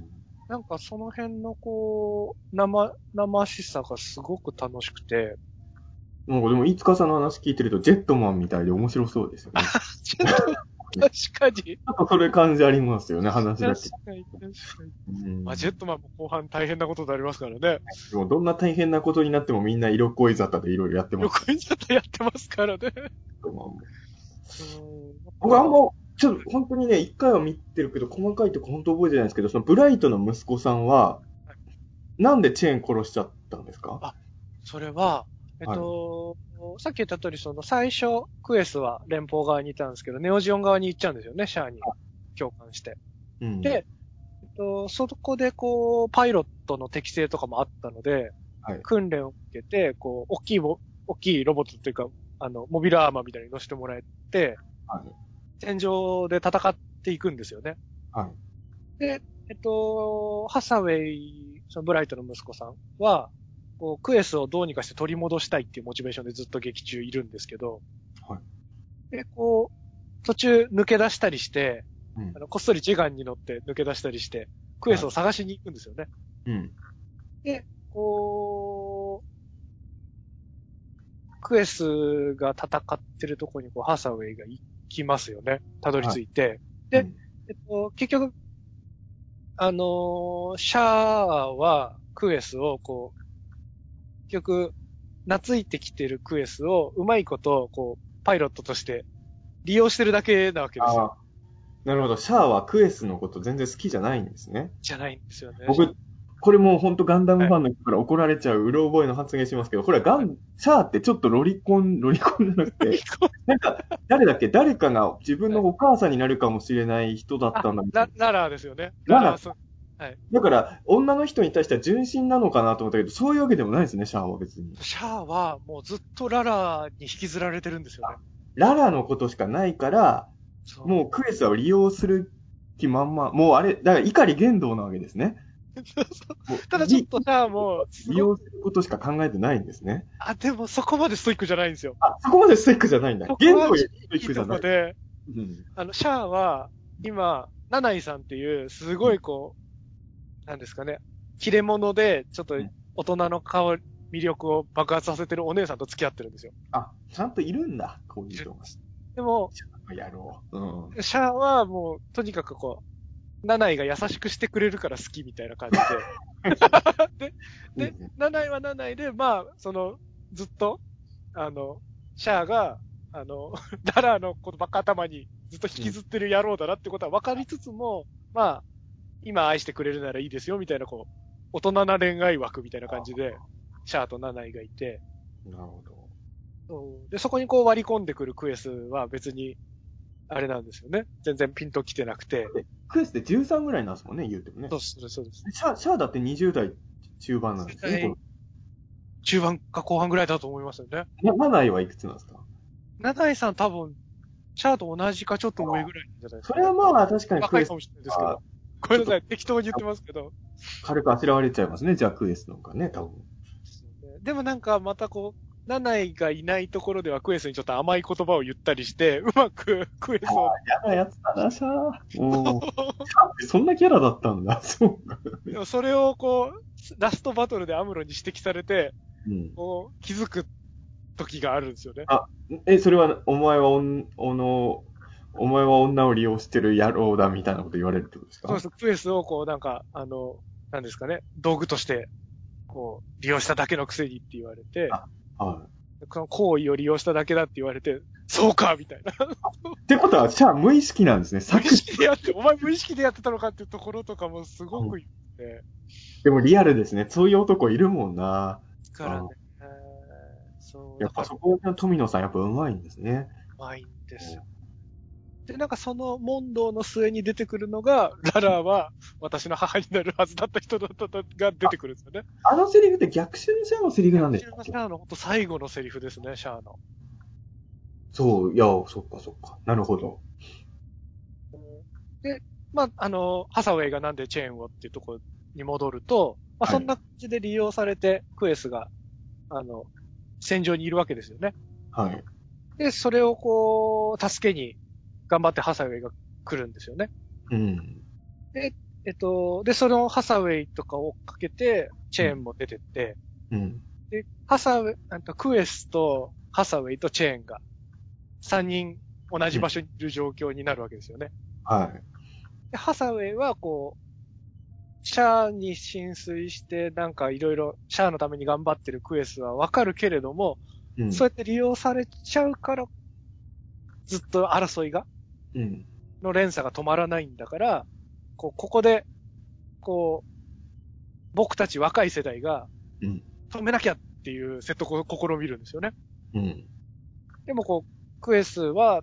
[SPEAKER 2] なんかその辺のこう、生、生しさがすごく楽しくて、
[SPEAKER 3] なんかでも、いつかさんの話聞いてると、ジェットマンみたいで面白そうですよね。
[SPEAKER 2] ちょっと
[SPEAKER 3] ね。
[SPEAKER 2] 確かに。
[SPEAKER 3] なんかそれ感じありますよね、話だけ。
[SPEAKER 2] 確かに、確かに。
[SPEAKER 3] うん
[SPEAKER 2] まあ、ジェットマンも後半大変なことになりますからね。
[SPEAKER 3] もうどんな大変なことになってもみんな色恋沙汰でいろいろやってます
[SPEAKER 2] 横にちょっとやってますから
[SPEAKER 3] け
[SPEAKER 2] ね。
[SPEAKER 3] ども。
[SPEAKER 2] うん
[SPEAKER 3] 僕あんま、ちょっと本当にね、一回は見てるけど、細かいとこ本当覚えてないんですけど、そのブライトの息子さんは、なんでチェーン殺しちゃったんですか
[SPEAKER 2] それは、えっと、さっき言った通り、その最初、クエスは連邦側にいたんですけど、ネオジオン側に行っちゃうんですよね、シャアに共感して。
[SPEAKER 3] うん
[SPEAKER 2] で、えっと、そこでこう、パイロットの適性とかもあったので、
[SPEAKER 3] はい
[SPEAKER 2] 訓練を受けて、こう、大きいも、大きいロボットっていうか、あの、モビルアーマーみたいに乗せてもらえて、
[SPEAKER 3] はい
[SPEAKER 2] 戦場で戦っていくんですよね。
[SPEAKER 3] はい
[SPEAKER 2] で、えっと、ハサウェイ、そのブライトの息子さんは、こう、クエスをどうにかして取り戻したいっていうモチベーションでずっと劇中いるんですけど、
[SPEAKER 3] はい
[SPEAKER 2] で、こう、途中抜け出したりして、
[SPEAKER 3] うん
[SPEAKER 2] あのこっそりジガンに乗って抜け出したりして、クエスを探しに行くんですよね。
[SPEAKER 3] うん。
[SPEAKER 2] こう、クエスが戦ってるとこにこうハサウェイが行きますよね。たどり着いて。で
[SPEAKER 3] うん、
[SPEAKER 2] えっと、結局、あのーシャアはクエスをこう、結局、懐いてきてるクエスをうまいこと、こう、パイロットとして利用してるだけなわけです
[SPEAKER 3] あ
[SPEAKER 2] よ。
[SPEAKER 3] ーなるほど。シャアはクエスのこと全然好きじゃないんですね。
[SPEAKER 2] じゃないんですよね。
[SPEAKER 3] 僕、これもう本当ガンダムファンの人から怒られちゃう、うろ覚えの発言しますけど、これはガン、シャアってちょっとロリコン、 ロリコンじゃなくて、なんか、誰だっけ誰かが自分のお母さんになるかもしれない人だったんだみたい
[SPEAKER 2] ラ
[SPEAKER 3] な。
[SPEAKER 2] ララーですよね。
[SPEAKER 3] ララ
[SPEAKER 2] ーそう
[SPEAKER 3] だから、女の人に対しては純真なのかなと思ったけど、そういうわけでもないですね、シャアは別に。
[SPEAKER 2] シャアはもうずっとララーに引きずられてるんですよね。
[SPEAKER 3] ララのことしかないから、
[SPEAKER 2] そう
[SPEAKER 3] もうクエスを利用する気満々。もうあれ、だから碇言動なわけですね。もう
[SPEAKER 2] ただちょっとシャアも、
[SPEAKER 3] 利用することしか考えてないんですね。
[SPEAKER 2] あ、でもそこまでストイックじゃないんですよ。
[SPEAKER 3] あ、そこまでストイックじゃないんだ
[SPEAKER 2] そ。こ
[SPEAKER 3] 言
[SPEAKER 2] は
[SPEAKER 3] 動よりスト
[SPEAKER 2] い
[SPEAKER 3] イック
[SPEAKER 2] い
[SPEAKER 3] じゃ
[SPEAKER 2] と
[SPEAKER 3] な
[SPEAKER 2] こ
[SPEAKER 3] い。
[SPEAKER 2] で、
[SPEAKER 3] うん
[SPEAKER 2] あの、シャアは、今、ナナイさんっていう、すごいこう、なんですかね、切れ者で、ちょっと
[SPEAKER 3] うん
[SPEAKER 2] 大人の顔、魅力を爆発させてるお姉さんと付き合ってるんですよ。
[SPEAKER 3] あ、ちゃんといるんだ。こういう人が。
[SPEAKER 2] でも、
[SPEAKER 3] やろう。うん。
[SPEAKER 2] シャアはもう、とにかくこう、ナナイが優しくしてくれるから好きみたいな感じで。で、で
[SPEAKER 3] うん
[SPEAKER 2] ナナイはナナイで、まあ、その、ずっと、あの、シャアが、あの、 ダラーのことばっか頭にずっと引きずってる野郎だなってことは分かりつつも、まあ、今愛してくれるならいいですよ、みたいな、こう、大人な恋愛枠みたいな感じで、シャアとナナイがいて、
[SPEAKER 3] なるほど。
[SPEAKER 2] そうで、そこにこう割り込んでくるクエスは別に、あれなんですよね。全然ピンと来てなくて。
[SPEAKER 3] クエスって13ぐらいなんですもんね、言うてもね
[SPEAKER 2] そ。うそうですそうです。
[SPEAKER 3] シャア、シャアだって20代中盤なんです
[SPEAKER 2] 20代
[SPEAKER 3] ね。
[SPEAKER 2] 中盤か後半ぐらいだと思いますよね。
[SPEAKER 3] なマナイはいくつなんですか
[SPEAKER 2] ナナイさん多分、シャアと同じかちょっと上ぐらいじゃないです
[SPEAKER 3] そ
[SPEAKER 2] か、
[SPEAKER 3] れはまあ確かにク
[SPEAKER 2] 若
[SPEAKER 3] エ
[SPEAKER 2] い
[SPEAKER 3] ス
[SPEAKER 2] かもしれないですけど。ごめんなさい、適当に言ってますけど。
[SPEAKER 3] 軽くあしらわれちゃいますね、じゃあクエスの方がね、多分。
[SPEAKER 2] でもなんかまたこう、ナナイがいないところではクエスにちょっと甘い言葉を言ったりして、う まくクエスを、
[SPEAKER 3] やなやつだな、シャア。 うん。そんなキャラだったんだ、 そうか。
[SPEAKER 2] でもそれをこう、ラストバトルでアムロに指摘されて、
[SPEAKER 3] うん。
[SPEAKER 2] こう気づく時があるんですよね。
[SPEAKER 3] え、それは、お前はおん、おの、お前は女を利用してる野郎だみたいなこと言われるってことですか
[SPEAKER 2] そうです。クエスをこうなんか、あの、なんですかね、道具として、こう、利用しただけのくせにって言われて、
[SPEAKER 3] は
[SPEAKER 2] この行為を利用しただけだって言われて、そうかみたいな。
[SPEAKER 3] い。ってことは、シャア無意識なんですね、
[SPEAKER 2] 無
[SPEAKER 3] 作
[SPEAKER 2] 意識でやって、お前無意識でやってたのかっていうところとかもすごく言って、
[SPEAKER 3] でもリアルですね。そういう男いるもんな。
[SPEAKER 2] からね
[SPEAKER 3] あ。
[SPEAKER 2] えーそう、
[SPEAKER 3] やっ
[SPEAKER 2] だか
[SPEAKER 3] ぱ
[SPEAKER 2] ら
[SPEAKER 3] そこが富野さんやっぱ上手いんですね。
[SPEAKER 2] うまいんですよ。で、なんかその問答の末に出てくるのが、ララは私の母になるはずだった人だったとが出てくるんですよね。
[SPEAKER 3] あのセリフって逆襲のシャアのセリフなんで
[SPEAKER 2] シ
[SPEAKER 3] す
[SPEAKER 2] ャ
[SPEAKER 3] か
[SPEAKER 2] アのほんと最後のセリフですね、シャアの。
[SPEAKER 3] そう、いや、そっかそっか。なるほど。
[SPEAKER 2] で、まあ、あの、ハサウェイがなんでチェーンをっていうところに戻ると、まあ、
[SPEAKER 3] はい
[SPEAKER 2] そんな感じで利用されて、クエスが、あの、戦場にいるわけですよね。
[SPEAKER 3] はい。
[SPEAKER 2] で、それをこう、助けに、頑張ってハサウェイが来るんですよね。
[SPEAKER 3] うん。
[SPEAKER 2] えっと、で、そのハサウェイとかを追っかけて、チェーンも出てって、
[SPEAKER 3] うん。
[SPEAKER 2] で、ハサウェイ、あとクエスとハサウェイとチェーンが、三人同じ場所にいる状況になるわけですよね。
[SPEAKER 3] はい。
[SPEAKER 2] で、ハサウェイはこう、シャアに浸水して、なんかいろいろ、シャアのために頑張ってるクエスはわかるけれども、
[SPEAKER 3] うん。
[SPEAKER 2] そうやって利用されちゃうから、ずっと争いが、
[SPEAKER 3] うん。
[SPEAKER 2] の連鎖が止まらないんだから、こう、ここで、こう、僕たち若い世代が
[SPEAKER 3] うん、
[SPEAKER 2] 止めなきゃっていう説得を試みるんですよね。
[SPEAKER 3] うん。
[SPEAKER 2] でもこう、クエスは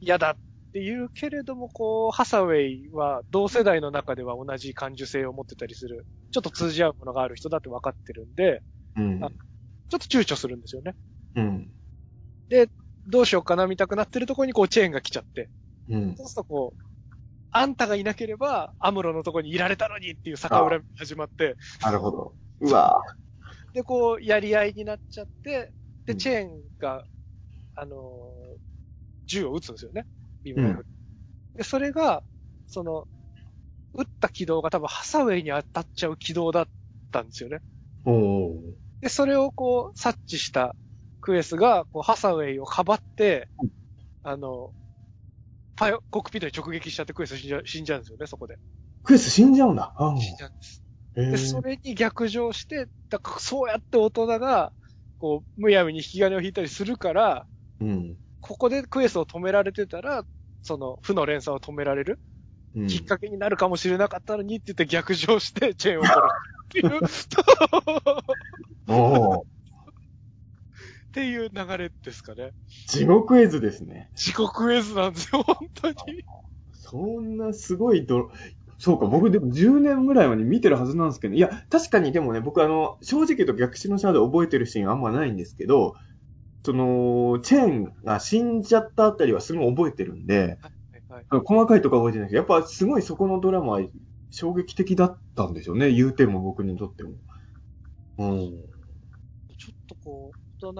[SPEAKER 2] 嫌だっていうけれども、こう、ハサウェイは同世代の中では同じ感受性を持ってたりする、ちょっと通じ合うものがある人だって分かってるんで、
[SPEAKER 3] うん
[SPEAKER 2] あ。ちょっと躊躇するんですよね。
[SPEAKER 3] うん。
[SPEAKER 2] どうしようかな見たくなってるところにこうチェーンが来ちゃって、
[SPEAKER 3] うん。
[SPEAKER 2] そうするとこう、あんたがいなければ、アムロのところにいられたのにっていう逆恨みが始まって、
[SPEAKER 3] なるほど。うわ
[SPEAKER 2] で、こう、やり合いになっちゃって、
[SPEAKER 3] う
[SPEAKER 2] で、
[SPEAKER 3] ん
[SPEAKER 2] チェーンが、あのー銃を撃つんですよね。ビームライフルで、それが、その、撃った軌道が多分ハサウェイに当たっちゃう軌道だったんですよね。
[SPEAKER 3] ぁ。おー。
[SPEAKER 2] で、それをこう、察知したクエスが、こう、ハサウェイをかばって、あの、パイコックピットに直撃しちゃってクエス死んじゃ死んじゃうんですよね、そこで。
[SPEAKER 3] クエス死んじゃうんだ。あ
[SPEAKER 2] 死んじゃうんです。
[SPEAKER 3] へ
[SPEAKER 2] で、
[SPEAKER 3] ー
[SPEAKER 2] それに逆上して、だからそうやって大人が、こう、むやみに引き金を引いたりするから、
[SPEAKER 3] うん。
[SPEAKER 2] ここでクエスを止められてたら、その、負の連鎖を止められる、
[SPEAKER 3] うん
[SPEAKER 2] きっかけになるかもしれなかったのにって言って逆上して、チェーンを取るっていう、
[SPEAKER 3] おー。
[SPEAKER 2] っていう流れですかね。
[SPEAKER 3] 地獄絵図ですね。
[SPEAKER 2] 地獄絵図なんですよ、本当に。
[SPEAKER 3] そんなすごいドロ、そうか、僕でも10年ぐらい前に見てるはずなんですけど、いや、確かにでもね、僕あの、正直言うと逆死のシャアで覚えてるシーンあんまないんですけど、その、チェーンが死んじゃったあたりはすごい覚えてるんで、
[SPEAKER 2] はいはい
[SPEAKER 3] 細かいとこは覚えてないけど、やっぱすごいそこのドラマは衝撃的だったんですよね、言うても僕にとっても。うん。
[SPEAKER 2] ちょっとこう、大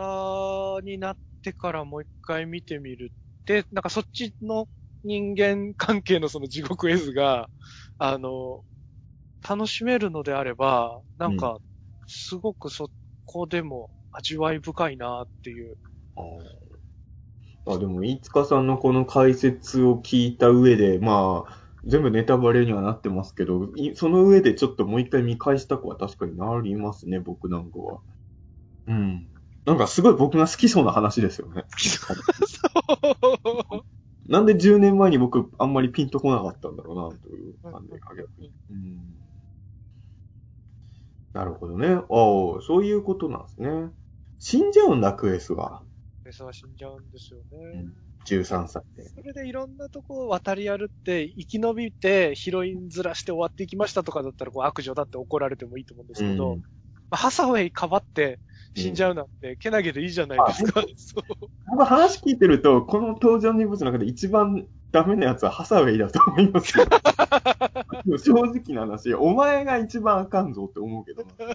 [SPEAKER 2] 人になってからもう一回見てみるって、なんかそっちの人間関係のその地獄絵図が、あの、楽しめるのであれば、なんか、すごくそこでも味わい深いなっていう。
[SPEAKER 3] あでも、飯塚さんのこの解説を聞いた上で、まあ、全部ネタバレにはなってますけど、いその上でちょっともう一回見返したくは確かになりますね、僕なんかは。うん。なんかすごい僕が好きそうな話ですよね。なんで10年前に僕あんまりピンとこなかったんだろうな、という感じが逆に。うん。なるほどね。ああ、そういうことなんですね。死んじゃうんだ、クエスが。
[SPEAKER 2] レスは死んじゃうんですよ
[SPEAKER 3] う
[SPEAKER 2] ね
[SPEAKER 3] ん。13歳で。
[SPEAKER 2] それでいろんなとこを渡り歩って、生き延びて、ヒロインずらして終わっていきましたとかだったら、こう悪女だって怒られてもいいと思うんですけど、
[SPEAKER 3] うん
[SPEAKER 2] まあハサウェイかばって死んじゃうなんて、けなげでいいじゃないですか。そう。
[SPEAKER 3] 僕話聞いてると、この登場人物の中で一番ダメなやつはハサウェイだと思います よ。でも正直な話、お前が一番あかんぞって思うけど な。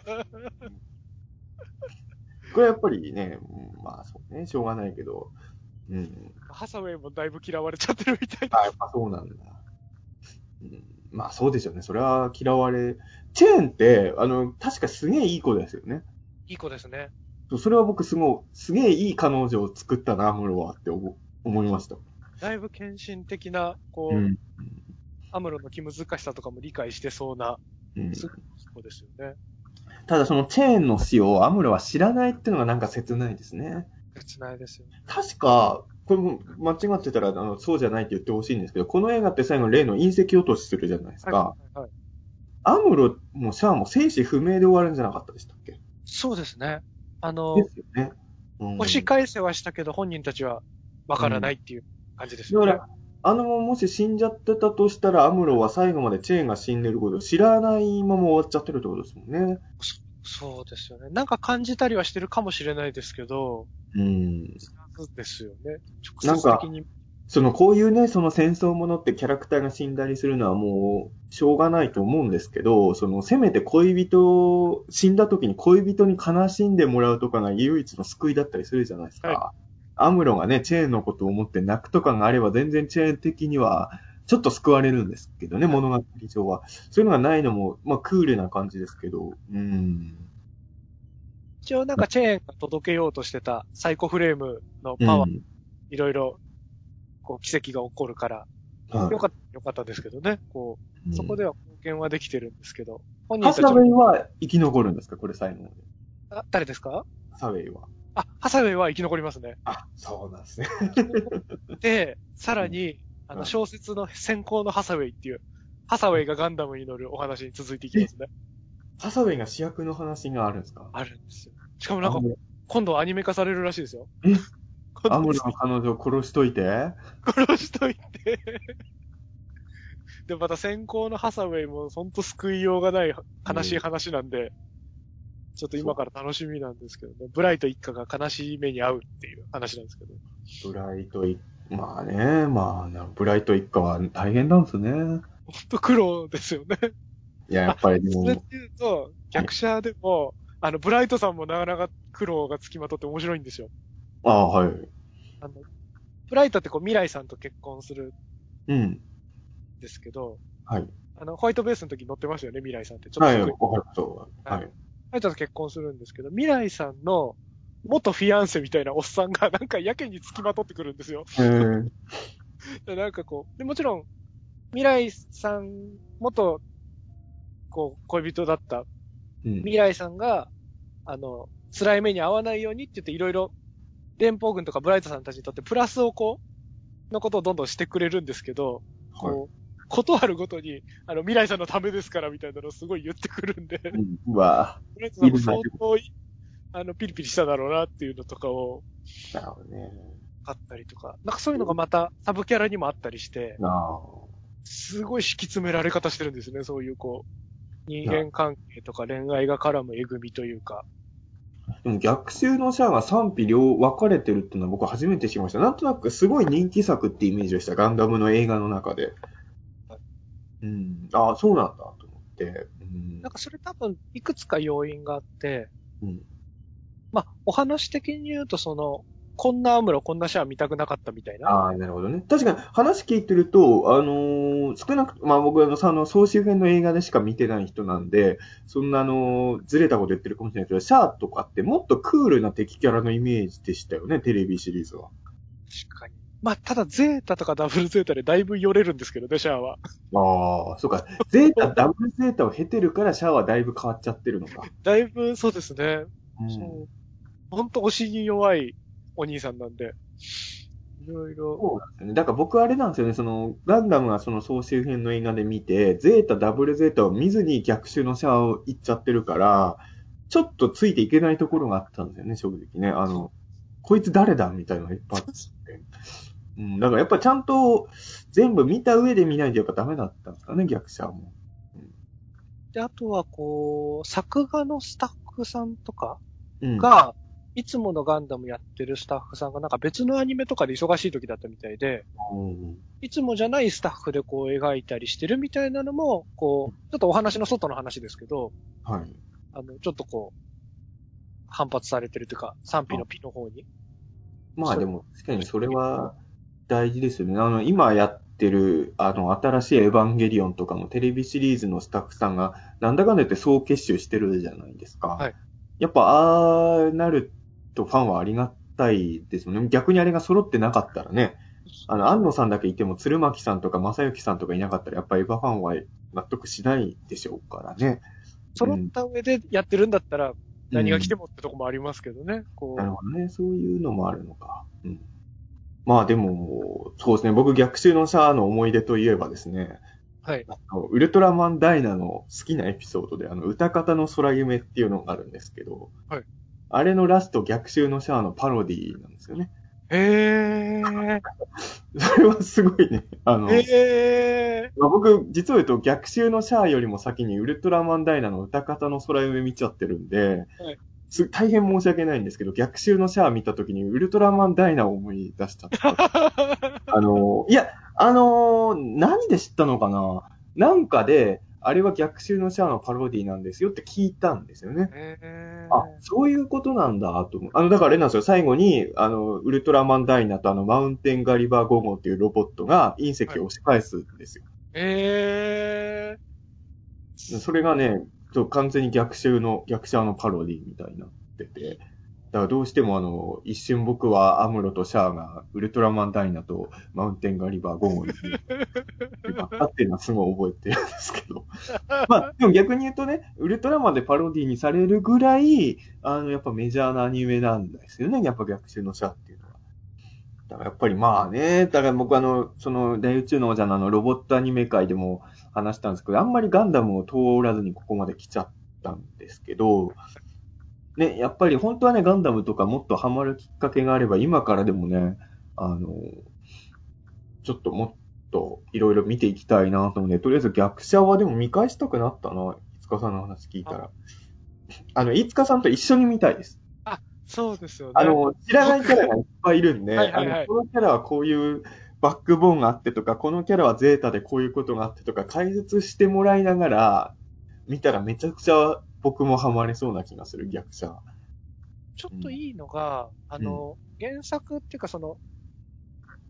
[SPEAKER 3] これやっぱりね、うんまあそうね、しょうがないけど。うん。
[SPEAKER 2] ハサウェイもだいぶ嫌われちゃってるみたいな。
[SPEAKER 3] あ、やっぱそうなんだ。うん、まあそうでしょうね。それは嫌われ。チェーンって、あの、確かすげえいい子ですよね。
[SPEAKER 2] いい子ですね。
[SPEAKER 3] そうそれは僕すごい、すげえいい彼女を作ったな、アムロはって思思いました。
[SPEAKER 2] だいぶ献身的な、こう、
[SPEAKER 3] うん
[SPEAKER 2] アムロの気難しさとかも理解してそうな、
[SPEAKER 3] うん
[SPEAKER 2] すごいいい子ですよね。
[SPEAKER 3] ただそのチェーンの死をアムロは知らないっていうのがなんか切ないですね。
[SPEAKER 2] 切ないですよね。
[SPEAKER 3] 確か、これも間違ってたらあのそうじゃないって言ってほしいんですけど、この映画って最後例の隕石落としするじゃないですか。
[SPEAKER 2] はいはい。
[SPEAKER 3] アムロもシャアも生死不明で終わるんじゃなかったでしたっけ
[SPEAKER 2] そうですね。あの、
[SPEAKER 3] ですよね。うん
[SPEAKER 2] 押し返せはしたけど、本人たちはわからないっていう感じです
[SPEAKER 3] だ
[SPEAKER 2] よ
[SPEAKER 3] か
[SPEAKER 2] ね。
[SPEAKER 3] ら、あのもし死んじゃってたとしたら、アムロは最後までチェーンが死んでることを知らないまま終わっちゃってるってことですもんね。
[SPEAKER 2] そうですよね。なんか感じたりはしてるかもしれないですけど、
[SPEAKER 3] うん。
[SPEAKER 2] そうですよね。
[SPEAKER 3] な
[SPEAKER 2] 直
[SPEAKER 3] ん
[SPEAKER 2] 接
[SPEAKER 3] か
[SPEAKER 2] 的に。
[SPEAKER 3] そのこういうね、その戦争ものってキャラクターが死んだりするのはもうしょうがないと思うんですけど、そのせめて恋人、死んだ時に恋人に悲しんでもらうとかが唯一の救いだったりするじゃないですか。
[SPEAKER 2] は
[SPEAKER 3] アムロがね、チェーンのことを思って泣くとかがあれば全然チェーン的にはちょっと救われるんですけどね、物語上は。そういうのがないのも、まあクールな感じですけど、うん。
[SPEAKER 2] 一応なんかチェーンが届けようとしてたサイコフレームの
[SPEAKER 3] うん
[SPEAKER 2] パワー、いろいろこう、奇跡が起こるから、
[SPEAKER 3] はい
[SPEAKER 2] よかった、よかったですけどね。こう、そこでは貢献はできてるんですけど、本
[SPEAKER 3] ハ
[SPEAKER 2] 人
[SPEAKER 3] サ
[SPEAKER 2] たち
[SPEAKER 3] ウェイ
[SPEAKER 2] も、
[SPEAKER 3] は生き残るんですかこれ最後まで。
[SPEAKER 2] あ誰ですか
[SPEAKER 3] ハサウェイは。
[SPEAKER 2] あ、ハサウェイは生き残りますね。
[SPEAKER 3] あ、そうなんですね。
[SPEAKER 2] で、さらに、あ
[SPEAKER 3] う
[SPEAKER 2] の、
[SPEAKER 3] ん
[SPEAKER 2] 小説の先行のハサウェイっていう、ハサウェイがガンダムに乗るお話に続いていきますね。
[SPEAKER 3] ハサウェイが主役の話があるんですか
[SPEAKER 2] あるんですよ。しかもなんか、今度アニメ化されるらしいですよ
[SPEAKER 3] え。ア
[SPEAKER 2] 今
[SPEAKER 3] ム
[SPEAKER 2] 度
[SPEAKER 3] ロの彼女を殺しといて。
[SPEAKER 2] 殺しといて。 で、また先行のハサウェイもほんと救いようがない悲しい話なんで、ちょっと今から楽しみなんですけどね。ブライト一家が悲しい目に遭うっていう話なんですけど。
[SPEAKER 3] ブライト一、まあね、まあな、ブライト一家は大変なんですね。
[SPEAKER 2] ほんと苦労ですよね。
[SPEAKER 3] いや、やっぱりで
[SPEAKER 2] それって
[SPEAKER 3] も、
[SPEAKER 2] 言うと、逆者でも、あの、ブライトさんもなかなか苦労がつきまとって面白いんですよ。
[SPEAKER 3] ああ、はい。
[SPEAKER 2] あの、ブライトってこう、未来さんと結婚する
[SPEAKER 3] うん。
[SPEAKER 2] んですけど、
[SPEAKER 3] はい。
[SPEAKER 2] あの、ホワイトベースの時に乗ってましたよね、未来さんって。ちょっ
[SPEAKER 3] は
[SPEAKER 2] と
[SPEAKER 3] い、
[SPEAKER 2] す
[SPEAKER 3] わ
[SPEAKER 2] ごい。
[SPEAKER 3] かったわ。はい。
[SPEAKER 2] あいと結婚するんですけど、未来さんの元フィアンセみたいなおっさんがなんかやけにつきまとってくるんですよ。
[SPEAKER 3] へえ。
[SPEAKER 2] でなんかこう、でもちろん、未来さん、元、こう、恋人だった
[SPEAKER 3] うん。
[SPEAKER 2] 未来さんが、あの、辛い目に遭わないようにって言っていろいろ、連邦軍とかブライトさんたちにとってプラスをこう、のことをどんどんしてくれるんですけど、
[SPEAKER 3] はい
[SPEAKER 2] こう、ことあるごとに、あの、未来さんのためですからみたいなのをすごい言ってくるんで、
[SPEAKER 3] うんうわ
[SPEAKER 2] ブライトさんも相当い、あの、ピリピリしただろうなっていうのとかを、
[SPEAKER 3] ぁ。なるほどね。
[SPEAKER 2] あったりとか、なんかそういうのがまた、サブキャラにもあったりして、
[SPEAKER 3] な
[SPEAKER 2] すごい敷き詰められ方してるんですね、そういうこう、人間関係とか恋愛が絡むえぐみというか、
[SPEAKER 3] あ。でも逆襲のシャアが賛否両分かれてるっていうのは僕初めて知りました。なんとなくすごい人気作ってイメージでした。ガンダムの映画の中で。うん。ああ、そうなんだと思って。うん
[SPEAKER 2] なん。かそれ多分、いくつか要因があって、
[SPEAKER 3] うん
[SPEAKER 2] まあ、お話的に言うと、その、こんなアムロ、こんなシャア見たくなかったみたいな。
[SPEAKER 3] ああ、なるほどね。確かに話聞いてると、あのー少なく、まあ僕あの、その、総集編の映画でしか見てない人なんで、そんなあのーずれたこと言ってるかもしれないけど、シャーとかってもっとクールな敵キャラのイメージでしたよね、テレビシリーズは。
[SPEAKER 2] 確かに。まあ、ただ、ゼータとかダブルゼータでだいぶよれるんですけどね、シャアは。
[SPEAKER 3] ああ、そうか。ゼータ、ダブルゼータを経てるからシャアはだいぶ変わっちゃってるのか。
[SPEAKER 2] だいぶ、そうですね。
[SPEAKER 3] うん
[SPEAKER 2] そう。ほんと推しに弱いお兄さんなんで。いろいろ。
[SPEAKER 3] そうなんですよね。だから僕あれなんですよね、その、ガンダムがその総集編の映画で見て、ゼータ、ダブルゼータを見ずに逆襲のシャアを行っちゃってるから、ちょっとついていけないところがあったんですよね、正直ね。あの、こいつ誰だみたいなのがいっぱいあって。うん、だからやっぱちゃんと全部見た上で見ないとやっぱダメだったんですかね、逆者も。
[SPEAKER 2] で、あとは、こう、作画のスタッフさんとか
[SPEAKER 3] うん。
[SPEAKER 2] が、いつものガンダムやってるスタッフさんが、なんか別のアニメとかで忙しい時だったみたいで、
[SPEAKER 3] うん
[SPEAKER 2] いつもじゃないスタッフでこう描いたりしてるみたいなのも、こう、ちょっとお話の外の話ですけど、
[SPEAKER 3] はい。
[SPEAKER 2] あの、ちょっとこう、反発されてるというか、賛否のピの方に。
[SPEAKER 3] まあでも、確かにそれは大事ですよね。あの、今やってる、あの、新しいエヴァンゲリオンとかもテレビシリーズのスタッフさんが、なんだかんだ言って総結集してるじゃないですか。
[SPEAKER 2] はい
[SPEAKER 3] やっぱ、ああなるとファンはありがたいですよね。逆にあれが揃ってなかったらね、あの、安野さんだけいても、鶴巻さんとか正幸さんとかいなかったら、やっぱエヴァファンは納得しないでしょうからね。
[SPEAKER 2] 揃った上でやってるんだったら、何が来て
[SPEAKER 3] も、
[SPEAKER 2] もってとこもありますけどね。こ
[SPEAKER 3] なる
[SPEAKER 2] う、
[SPEAKER 3] ほどね。そういうのもあるのか。うん。まあでも、そうですね。僕、逆襲のシャアの思い出といえばですね、
[SPEAKER 2] はい。
[SPEAKER 3] あのウルトラマンダイナの好きなエピソードで、あの、歌方の空夢っていうのがあるんですけど、
[SPEAKER 2] はい。
[SPEAKER 3] あれのラスト、逆襲のシャアのパロディなんですよね。
[SPEAKER 2] へー。
[SPEAKER 3] それはすごいね。あの、
[SPEAKER 2] へー。
[SPEAKER 3] まあ僕、実を言うと、逆襲のシャアよりも先にウルトラマンダイナの歌方の空夢見ちゃってるんで、
[SPEAKER 2] はい
[SPEAKER 3] す大変申し訳ないんですけど、逆襲のシャア見た時にウルトラマンダイナを思い出しちゃって、 あのーいや、あのー何で知ったのかななんかで、あれは逆襲のシャアのパロディなんですよって聞いたんですよね。
[SPEAKER 2] へー。
[SPEAKER 3] あ、そういうことなんだ、と思う。あの、だからあれなんですよ。最後に、あの、ウルトラマンダイナとあの、マウンテンガリバー5号っていうロボットが隕石を押し返すんですよ。
[SPEAKER 2] へー。
[SPEAKER 3] それがね、そう完全に逆襲の、逆シャアのパロディみたいになってて。だからどうしてもあの、一瞬僕はアムロとシャアがウルトラマンダイナとマウンテンガリバーゴーンにあったっていうのはすごい覚えてるんですけど。まあ、でも逆に言うとね、ウルトラマンでパロディにされるぐらい、あの、やっぱメジャーなアニメなんですよね。やっぱ逆襲のシャアっていうのは。だからやっぱりまあね、だから僕あの、その、大宇宙の王者のあの、ロボットアニメ界でも話したんですけど、あんまりガンダムを通らずにここまで来ちゃったんですけど、ね、やっぱり本当はね、ガンダムとかもっとハマるきっかけがあれば、今からでもね、あの、ちょっともっといろいろ見ていきたいなと思って、とりあえず逆者はでも見返したくなったな、いつかさんの話聞いたら。あの、いつかさんと一緒に見たいです。
[SPEAKER 2] そうですよね。
[SPEAKER 3] あの、知らないキャラがいっぱいいるんで、
[SPEAKER 2] はいはいはい
[SPEAKER 3] あの、このキャラはこういうバックボーンがあってとか、このキャラはゼータでこういうことがあってとか、解説してもらいながら、見たらめちゃくちゃ僕もハマれそうな気がする、逆者。
[SPEAKER 2] ちょっといいのが、あの、原作っていうかその、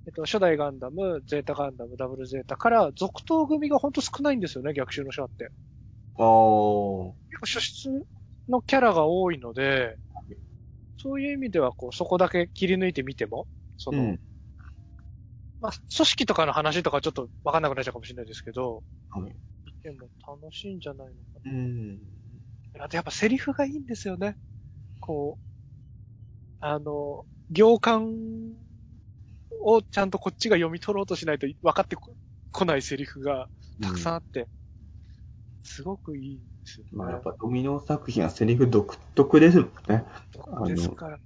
[SPEAKER 2] えっと、初代ガンダム、ゼータガンダム、ダブルゼータから、続投組がほんと少ないんですよね、逆襲のシャアって。
[SPEAKER 3] ああ。
[SPEAKER 2] 結構初出のキャラが多いので、そういう意味では、こう、そこだけ切り抜いてみても、その、
[SPEAKER 3] うん
[SPEAKER 2] まあ、組織とかの話とかちょっとわかんなくなっちゃうかもしれないですけど、
[SPEAKER 3] はい
[SPEAKER 2] でも楽しいんじゃないのかな。
[SPEAKER 3] うん。
[SPEAKER 2] あとやっぱセリフがいいんですよね。こう、あの、行間をちゃんとこっちが読み取ろうとしないと分かってここないセリフがたくさんあって、すごくいいんですよね。
[SPEAKER 3] まあやっぱドミノ作品はセリフ独特ですもんね。あの
[SPEAKER 2] ですから。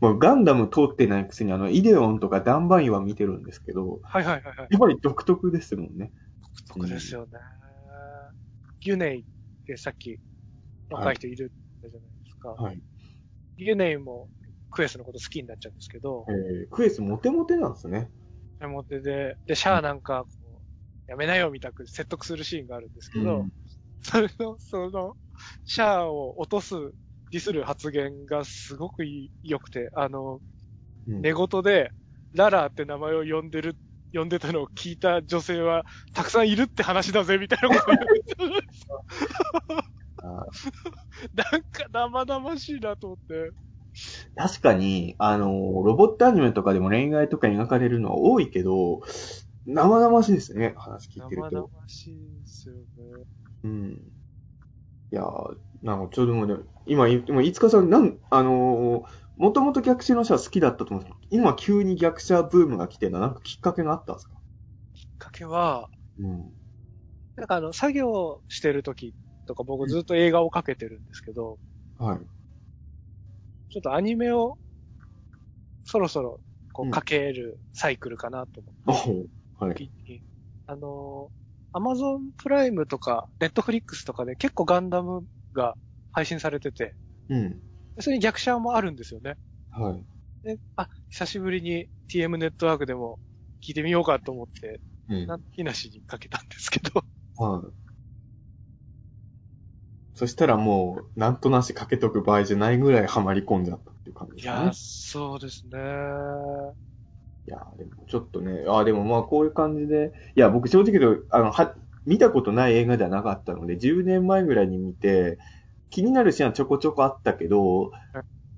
[SPEAKER 3] もうガンダム通ってないくせにあのイデオンとかダンバインは見てるんですけど、
[SPEAKER 2] はいはいはいはい。
[SPEAKER 3] やっぱり独特ですもんね。
[SPEAKER 2] 独特ですよね。ギュネイってさっき若い人いるじゃないですか。
[SPEAKER 3] はい。
[SPEAKER 2] ギュネイもクエスのこと好きになっちゃうんですけど、
[SPEAKER 3] えー、クエスモテモテなんですね。
[SPEAKER 2] メモテで、で、シャアなんか、こう、やめなよみたく説得するシーンがあるんですけど、
[SPEAKER 3] うん
[SPEAKER 2] それの、その、シャアを落とす、ディスる発言がすごくいい良くて、あの、
[SPEAKER 3] うん
[SPEAKER 2] 寝言で、ララって名前を呼んでる、呼んでたのを聞いた女性は、たくさんいるって話だぜ、みたい なこと言うんです
[SPEAKER 3] あ
[SPEAKER 2] なんか生々しいなと思って。
[SPEAKER 3] 確かに、あの、ロボットアニメとかでも恋愛とか描かれるのは多いけど、生々しいですね、話聞いてる
[SPEAKER 2] 生
[SPEAKER 3] と
[SPEAKER 2] 々。しいんですよね。
[SPEAKER 3] うん。いやー、なんかちょうどもうね、今、今、いつかさん、なん、あのー、もともと逆襲の者は好きだったと思うんですけど、今急に逆者ブームが来てるのは、なんかきっかけがあったんですか
[SPEAKER 2] きっかけは、
[SPEAKER 3] うん。
[SPEAKER 2] なんかあの、作業してる時とか僕ずっと映画をかけてるんですけど、
[SPEAKER 3] はい。
[SPEAKER 2] ちょっとアニメをそろそろこ
[SPEAKER 3] う
[SPEAKER 2] うんかけるサイクルかなと思
[SPEAKER 3] おうはい。
[SPEAKER 2] って、あのー、アマゾンプライムとか、ネットフリックスとかで結構ガンダムが配信されてて、
[SPEAKER 3] うん。
[SPEAKER 2] それに逆者もあるんですよね。
[SPEAKER 3] はい。
[SPEAKER 2] で、あ、久しぶりに TM ネットワークでも聞いてみようかと思って、
[SPEAKER 3] うん。
[SPEAKER 2] なんひなしにかけたんですけど、
[SPEAKER 3] はい。そしたらもう、なんとなしかけとく場合じゃないぐらいハマり込んじゃったっていう感じで
[SPEAKER 2] い
[SPEAKER 3] すね。
[SPEAKER 2] やー、そうですね。
[SPEAKER 3] いやー、でもちょっとね、あーでもまあこういう感じで、いや、僕正直言うと、あの、は、見たことない映画ではなかったので、10年前ぐらいに見て、気になるシーンはちょこちょこあったけど、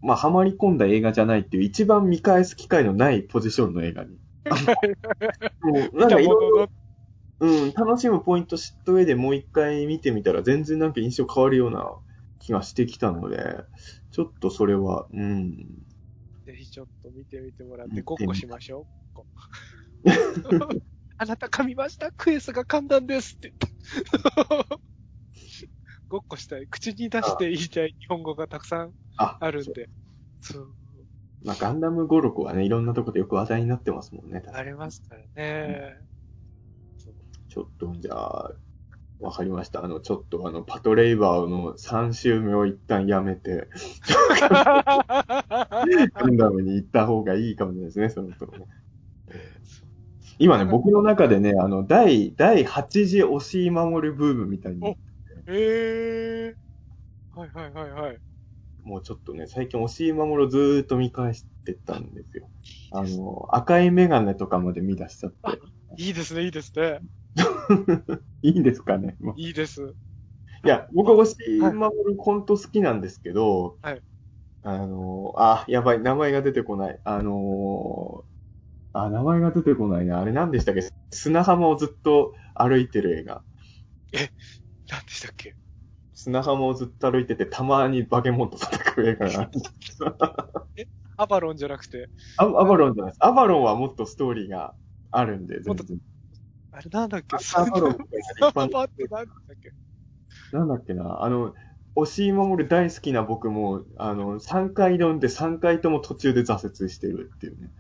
[SPEAKER 3] まあ、ハマり込んだ映画じゃないっていう、一番見返す機会のないポジションの映画 に。もう、なんかい
[SPEAKER 2] 見たも
[SPEAKER 3] ろい
[SPEAKER 2] のの
[SPEAKER 3] ろ、うん、楽しむポイント知った上でもう一回見てみたら、全然なんか印象変わるような気がしてきたので、ちょっとそれは、うん、
[SPEAKER 2] ぜひちょっと見てみてもらっ
[SPEAKER 3] 見てみ
[SPEAKER 2] て、ごっこしましょう。ごっこあなた噛みましたクエスが噛んだんですって言った。ごっこしたい。口に出して言いたい日本語がたくさん
[SPEAKER 3] あ、
[SPEAKER 2] あるんで。そう。
[SPEAKER 3] まあ、ガンダム語録はね、いろんなとこでよく話題になってますもんね。確かに
[SPEAKER 2] あります からね。そう
[SPEAKER 3] ちょっと、じゃあ、わかりました。あの、ちょっと、あの、パトレイバーの3周目を一旦やめて、ガンダムに行った方がいいかもしれないですね、そのとね。今ね、僕の中でね、あの、第、第8次押し守るブームみたいに
[SPEAKER 2] お、えー。はいはいはいはい。
[SPEAKER 3] もうちょっとね、最近押し守るずーっと見返してたんですよ。あの、赤いメガネとかまで見出しちゃって。
[SPEAKER 2] いいですね、いいですね。
[SPEAKER 3] いいんですかね、もう
[SPEAKER 2] いいです。
[SPEAKER 3] いや、僕は星守るコント好きなんですけど、
[SPEAKER 2] はい
[SPEAKER 3] あの、あ、やばい、名前が出てこない。あのーあ、名前が出てこないな。あれ何でしたっけ砂浜をずっと歩いてる映画。
[SPEAKER 2] 何でしたっけ
[SPEAKER 3] 砂浜をずっと歩いてて、たまにバケモンと戦う映画がある。
[SPEAKER 2] アバロンじゃなくて、
[SPEAKER 3] アアバロンじゃないです。アバロンはもっとストーリーがあるんで、全然。
[SPEAKER 2] あれなんだっけ
[SPEAKER 3] アバロンみたい な一般
[SPEAKER 2] アバって何だっけ
[SPEAKER 3] なんだっけな、あの、押井守大好きな僕も、あの、3回読んで3回とも途中で挫折してるっていうね、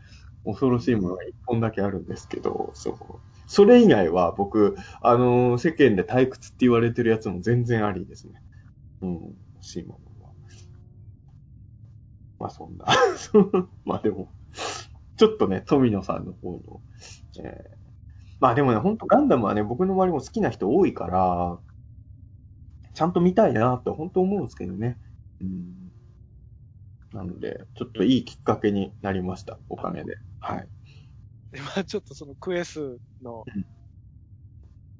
[SPEAKER 3] 恐ろしいものが1本だけあるんですけど、そう。それ以外は僕、あの、世間で退屈って言われてるやつも全然ありですね。うん、押井守は。まあそんな。 そうまあでも、ちょっとね、富野さんの方の、えーまあでもね、ほんとガンダムはね、僕の周りも好きな人多いから、ちゃんと見たいなって本当思うんですけどね。うん。なので、ちょっといいきっかけになりました、おかげで。はい。
[SPEAKER 2] でまあちょっとそのクエスの
[SPEAKER 3] うん、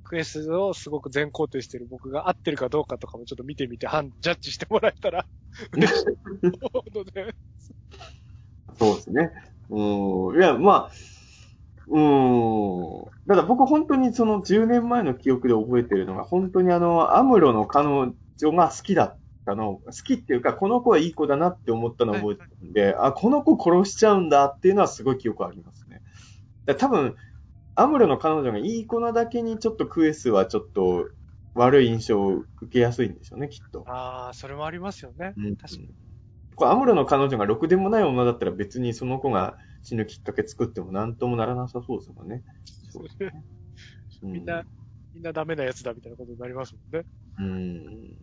[SPEAKER 2] クエスをすごく全肯定してる僕が合ってるかどうかとかもちょっと見てみて、判、ジャッジしてもらえたら嬉しいと思うので、
[SPEAKER 3] そうですね。うん。いや、まあ、うん。ただ僕本当にその10年前の記憶で覚えてるのが、本当にあの、アムロの彼女が好きだったのを、好きっていうか、この子はいい子だなって思ったのを覚えてるんで、あ、この子殺しちゃうんだっていうのはすごい記憶ありますね。だから多分、アムロの彼女がいい子なだけにちょっとクエスはちょっと悪い印象を受けやすいんでしょうね、きっと。
[SPEAKER 2] ああ、それもありますよね。
[SPEAKER 3] うん
[SPEAKER 2] 確かに。
[SPEAKER 3] これアムロの彼女がろくでもない女だったら別にその子が死ぬきっかけ作っても何ともならなさそうですもんね。そうですねうん
[SPEAKER 2] みんな、みんなダメなやつだみたいなことになりますもんね。
[SPEAKER 3] うん。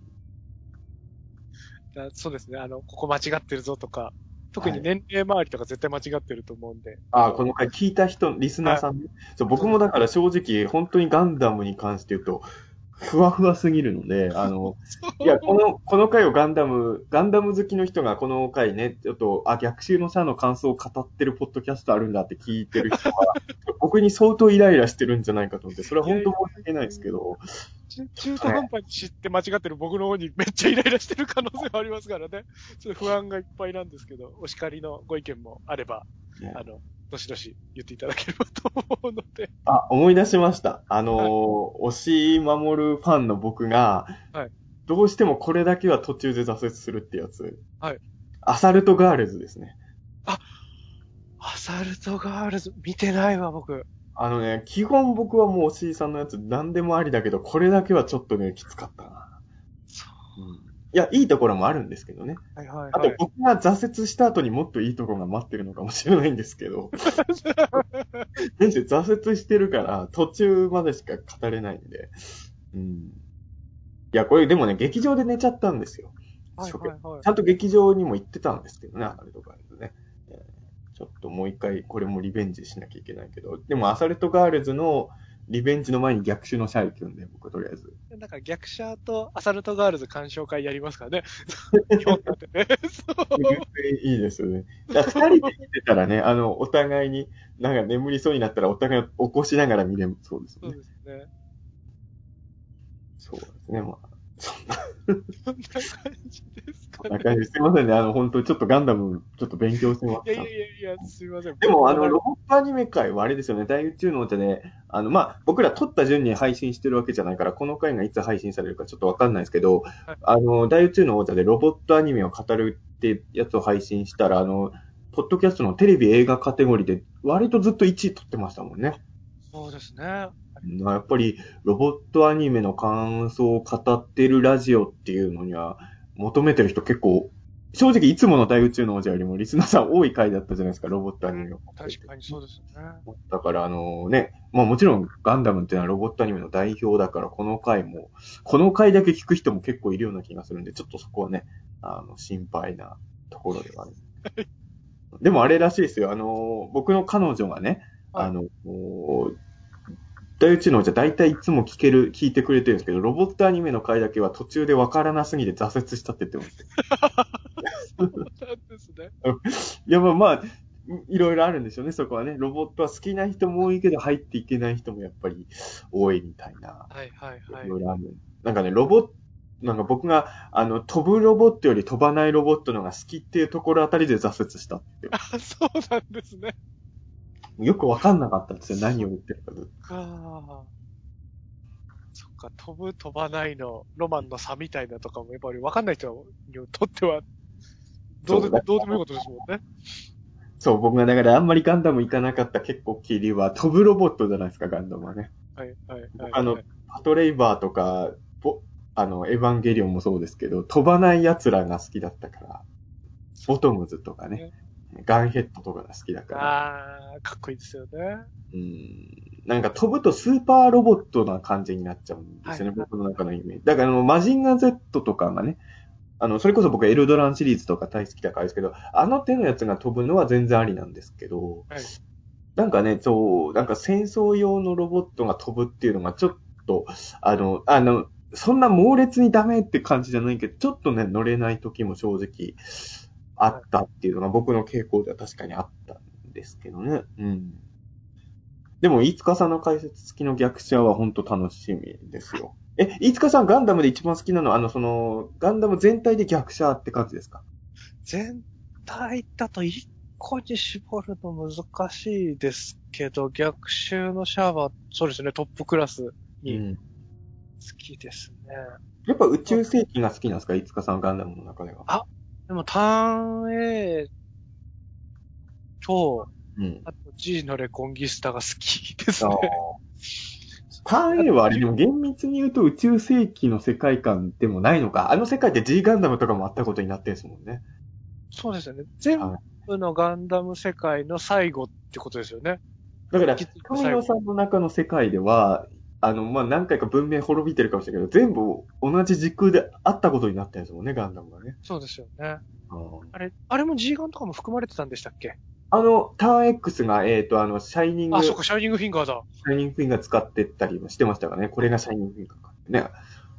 [SPEAKER 2] だそうですね。あの、ここ間違ってるぞとか、特に
[SPEAKER 3] はい
[SPEAKER 2] 年齢周りとか絶対間違ってると思うんで。
[SPEAKER 3] ああ、この回聞いた人、リスナーさんね、そう、僕もだから正直、本当にガンダムに関して言うと、ふわふわすぎるので、あ の、いや、この、この回をガンダム、ガンダム好きの人がこの回ね、ちょっと、あ、逆襲のさの感想を語ってるポッドキャストあるんだって聞いてる人は、僕に相当イライラしてるんじゃないかと思って、それは本当申し訳ないですけど、
[SPEAKER 2] 中中途半端に知って間違ってる僕の方にめっちゃイライラしてる可能性もありますから ね。そういう不安がいっぱいなんですけど、お叱りのご意見もあれば、
[SPEAKER 3] ね
[SPEAKER 2] あの、どしどし言っていただければと思うので。
[SPEAKER 3] あ、思い出しました。あのー、押井守るファンの僕が、
[SPEAKER 2] はい
[SPEAKER 3] どうしてもこれだけは途中で挫折するってやつ。
[SPEAKER 2] はい
[SPEAKER 3] アサルトガールズですね。
[SPEAKER 2] アサルトガールズ、見てないわ、僕。
[SPEAKER 3] あのね、基本僕はもう押井さんのやつ何でもありだけど、これだけはちょっとね、きつかったな。
[SPEAKER 2] そ
[SPEAKER 3] うんいや、いいところもあるんですけどね。
[SPEAKER 2] う。はいはい
[SPEAKER 3] あ
[SPEAKER 2] は
[SPEAKER 3] と
[SPEAKER 2] い。
[SPEAKER 3] 僕が挫折した後にもっといいところが待ってるのかもしれないんですけど。全然挫折してるから途中までしか語れないんで。うん。いや、これでもね、劇場で寝ちゃったんですよ。
[SPEAKER 2] はいはいはい
[SPEAKER 3] ち。ゃんと劇場にも行ってたんですけどね、アサルトガールズね。えーちょっともう一回これもリベンジしなきゃいけないけど。でもアサルトガールズのリベンジの前に逆襲のシャイ行くんで、僕とりあえず。
[SPEAKER 2] なんか逆者とアサルトガールズ鑑賞会やりますから ね。日本だってね。そう。
[SPEAKER 3] いいですよね。だから二人で見てたらね、あの、お互いに、なんか眠りそうになったらお互いを起こしながら見れそうです
[SPEAKER 2] そう
[SPEAKER 3] ね。
[SPEAKER 2] ですね。
[SPEAKER 3] そうですね。まあ、そんな
[SPEAKER 2] そんな感じですか
[SPEAKER 3] そんな
[SPEAKER 2] ね。
[SPEAKER 3] 感じすいませんね。あの、本当にちょっとガンダム、ちょっと勉強してま
[SPEAKER 2] い
[SPEAKER 3] し
[SPEAKER 2] やいや
[SPEAKER 3] た。
[SPEAKER 2] いやいや、すいません。
[SPEAKER 3] でも、あの、ロボットアニメ界はあれですよね。大宇宙のお茶で、あの、まあ、僕ら撮った順に配信してるわけじゃないから、この回がいつ配信されるかちょっとわかんないですけど、
[SPEAKER 2] はい
[SPEAKER 3] あの、大宇宙のお茶でロボットアニメを語るってやつを配信したら、あの、ポッドキャストのテレビ映画カテゴリーで、割とずっと1位取ってましたもんね。
[SPEAKER 2] そうですね。
[SPEAKER 3] まあやっぱりロボットアニメの感想を語ってるラジオっていうのには求めてる人結構、正直いつもの大宇宙の王者よりもリスナーさん多い回だったじゃないですか、ロボットアニメを。
[SPEAKER 2] 確かにそうですね。
[SPEAKER 3] だからあのね、まあもちろんガンダムっていうのはロボットアニメの代表だからこの回も、この回だけ聞く人も結構いるような気がするんで、ちょっとそこはね、あの、心配なところではある。でもあれらしいですよ、あの、僕の彼女がね、
[SPEAKER 2] はい
[SPEAKER 3] あの、大宇宙のじゃ大体いつも聞ける、聞いてくれてるんですけど、ロボットアニメの回だけは途中でわからなすぎて挫折したって言ってます。
[SPEAKER 2] そうなんですね。
[SPEAKER 3] いや、まあまあ、いろいろあるんでしょうね、そこはね。ロボットは好きな人も多いけど、入っていけない人もやっぱり多いみたいな。
[SPEAKER 2] はいはいはいい。
[SPEAKER 3] ろいろある。なんかね、ロボッなんか僕が、あの、飛ぶロボットより飛ばないロボットのが好きっていうところあたりで挫折したって。
[SPEAKER 2] あ、そうなんですね。
[SPEAKER 3] よくわかんなかったんですよ、何を言ってるかずっと。
[SPEAKER 2] かあ。そっか、飛ぶ、飛ばないの、ロマンの差みたいなとかも、やっぱり分かんない人にとっては、どう
[SPEAKER 3] そ
[SPEAKER 2] で
[SPEAKER 3] うだ
[SPEAKER 2] も、どうでもいいことですもんね。
[SPEAKER 3] そう、僕がだからあんまりガンダム行かなかった結構キリは、飛ぶロボットじゃないですか、ガンダムはね。
[SPEAKER 2] はい、はい、はい。
[SPEAKER 3] あの
[SPEAKER 2] はい、
[SPEAKER 3] パトレイバーとか、ぼあの、エヴァンゲリオンもそうですけど、飛ばない奴らが好きだったから、ボトムズとかね、ガンヘッドとかが好きだから、
[SPEAKER 2] あー、かっこいいですよね。
[SPEAKER 3] うん、なんか飛ぶとスーパーロボットな感じになっちゃうんですよね、
[SPEAKER 2] はい
[SPEAKER 3] 僕の中のイメージ。だからあの、マジンガー Z とかがね、あの、それこそ僕エルドランシリーズとか大好きだからですけど、あの手のやつが飛ぶのは全然ありなんですけど、
[SPEAKER 2] はい。
[SPEAKER 3] なんかね、そう、なんか戦争用のロボットが飛ぶっていうのがちょっと、あの、あの、そんな猛烈にダメって感じじゃないけど、ちょっとね、乗れない時も正直あったっていうのが僕の傾向では確かにあったんですけどね。うん。でも、飯塚さんの解説付きの逆者は本当楽しみですよ。え、飯塚さんガンダムで一番好きなのは、あの、その、ガンダム全体で逆者って感じですか
[SPEAKER 2] 全体だと一個に絞るの難しいですけど、逆襲のシャワー、そうですね、トップクラス
[SPEAKER 3] う
[SPEAKER 2] に好。きですね。
[SPEAKER 3] やっぱ宇宙世紀が好きなんですか飯塚さんガンダムの中では。
[SPEAKER 2] でも、ターン A と、
[SPEAKER 3] うん。
[SPEAKER 2] あと G のレコンギスタが好きです
[SPEAKER 3] あ
[SPEAKER 2] ね。
[SPEAKER 3] ーターン A はあれでも厳密に言うと宇宙世紀の世界観でもないのか。あの世界って G ガンダムとかもあったことになってんですもんね。
[SPEAKER 2] そうですよね。全部のガンダム世界の最後ってことですよね。
[SPEAKER 3] だから、
[SPEAKER 2] きっと
[SPEAKER 3] 神野さんの中の世界では、あの、まあ、何回か文明滅びてるかもしれないけど、全部同じ時空であったことになってるんですもんね、ガンダムがね。
[SPEAKER 2] そうですよね。あれ、あれも G ガンとかも含まれてたんでしたっけ
[SPEAKER 3] あの、ターン X が、えっ、と、あの、シャイニング、
[SPEAKER 2] あ、
[SPEAKER 3] シ
[SPEAKER 2] そっか、シャイニングフィンガーだ。
[SPEAKER 3] ャイニングフィンガー使ってったりもしてましたからね。これがシャイニングフィンガーかってね。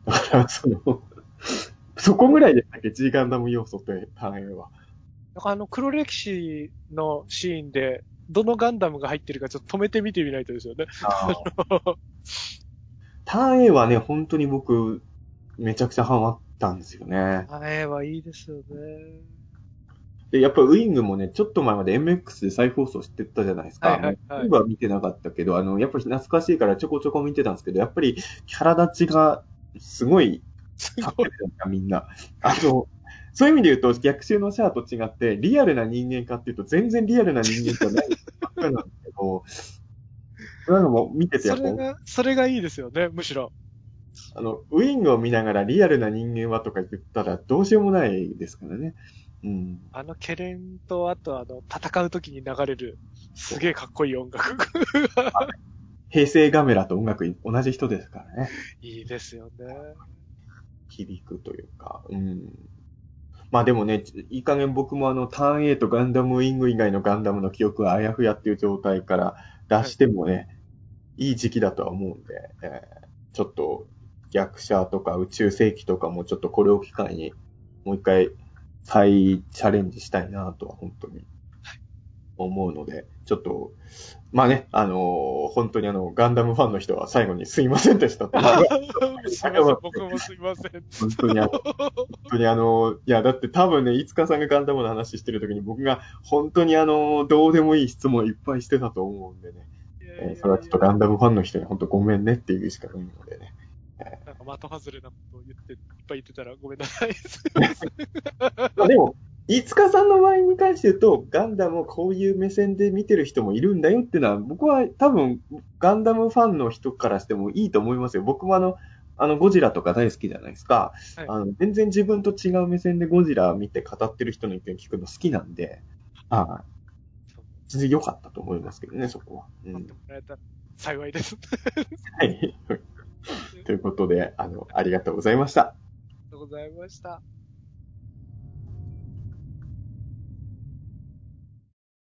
[SPEAKER 3] だから、その、 そこぐらいでしたっけ、G ガンダム要素って、ターン A は。
[SPEAKER 2] なんかあの、黒歴史のシーンで、どのガンダムが入ってるかちょっと止めてみてみないとですよね。
[SPEAKER 3] ターン A はね、本当に僕、めちゃくちゃハマったんですよね。
[SPEAKER 2] あれはいいですよね。
[SPEAKER 3] で、やっぱウィングもね、ちょっと前まで MX で再放送してたじゃないですか。
[SPEAKER 2] はいはいはい
[SPEAKER 3] 今は見てなかったけど、あの、やっぱり懐かしいからちょこちょこ見てたんですけど、やっぱりキャラ立ちがすごい
[SPEAKER 2] す
[SPEAKER 3] 立っ
[SPEAKER 2] ご
[SPEAKER 3] てる
[SPEAKER 2] い。
[SPEAKER 3] じゃないか、みんな。あの、そういう意味で言うと、逆襲のシャアと違って、リアルな人間かっていうと、全然リアルな人間じゃないばっかりなんですけど、そういうのも見ててや
[SPEAKER 2] そ
[SPEAKER 3] っぱ
[SPEAKER 2] れが、それがいいですよね、むしろ。
[SPEAKER 3] あの、ウィングを見ながらリアルな人間はとか言ったらどうしようもないですからね。うん。
[SPEAKER 2] あの、ケレンと、あとあの、戦う時に流れる、すげえかっこいい音楽。
[SPEAKER 3] 平成ガメラと音楽同じ人ですからね。
[SPEAKER 2] いいですよね。
[SPEAKER 3] 響くというか。うん。まあでもね、いい加減僕もあの、ターン A とガンダムウィング以外のガンダムの記憶はあやふやっていう状態から出してもね、い、い時期だとは思うんで、えーちょっと逆者とか宇宙世紀とかもちょっとこれを機会にもう一回再チャレンジしたいなとは本当に思うので、ちょっと、まあね、あのー本当にあの、ガンダムファンの人は最後にすいませんでした と。
[SPEAKER 2] すいません、僕もすいません。
[SPEAKER 3] 本当にあの、本当にあの、いや、だって多分ね、いつかさんがガンダムの話してるときに僕が本当にあの、どうでもいい質問いっぱいしてたと思うんでね、えーそれはちょっとガンダムファンの人に本当ごめんねっていうしかないのでね。
[SPEAKER 2] なんか的外れなことを言って、いっぱい言ってたらごめんなさい。
[SPEAKER 3] ま あでも、いつかさんの場合に関して言うと、ガンダムをこういう目線で見てる人もいるんだよっていうのは、僕は多分、ガンダムファンの人からしてもいいと思いますよ。僕もあの、あの、ゴジラとか大好きじゃないですか。
[SPEAKER 2] はい
[SPEAKER 3] あの、全然自分と違う目線でゴジラ見て語ってる人の意見聞くの好きなんで、はい。全然良かったと思いますけどね、そこは。うん
[SPEAKER 2] 待ってもらえたら幸いです。あ
[SPEAKER 3] はい。ということで、あの、ありがとうございました。
[SPEAKER 2] りがとうございました。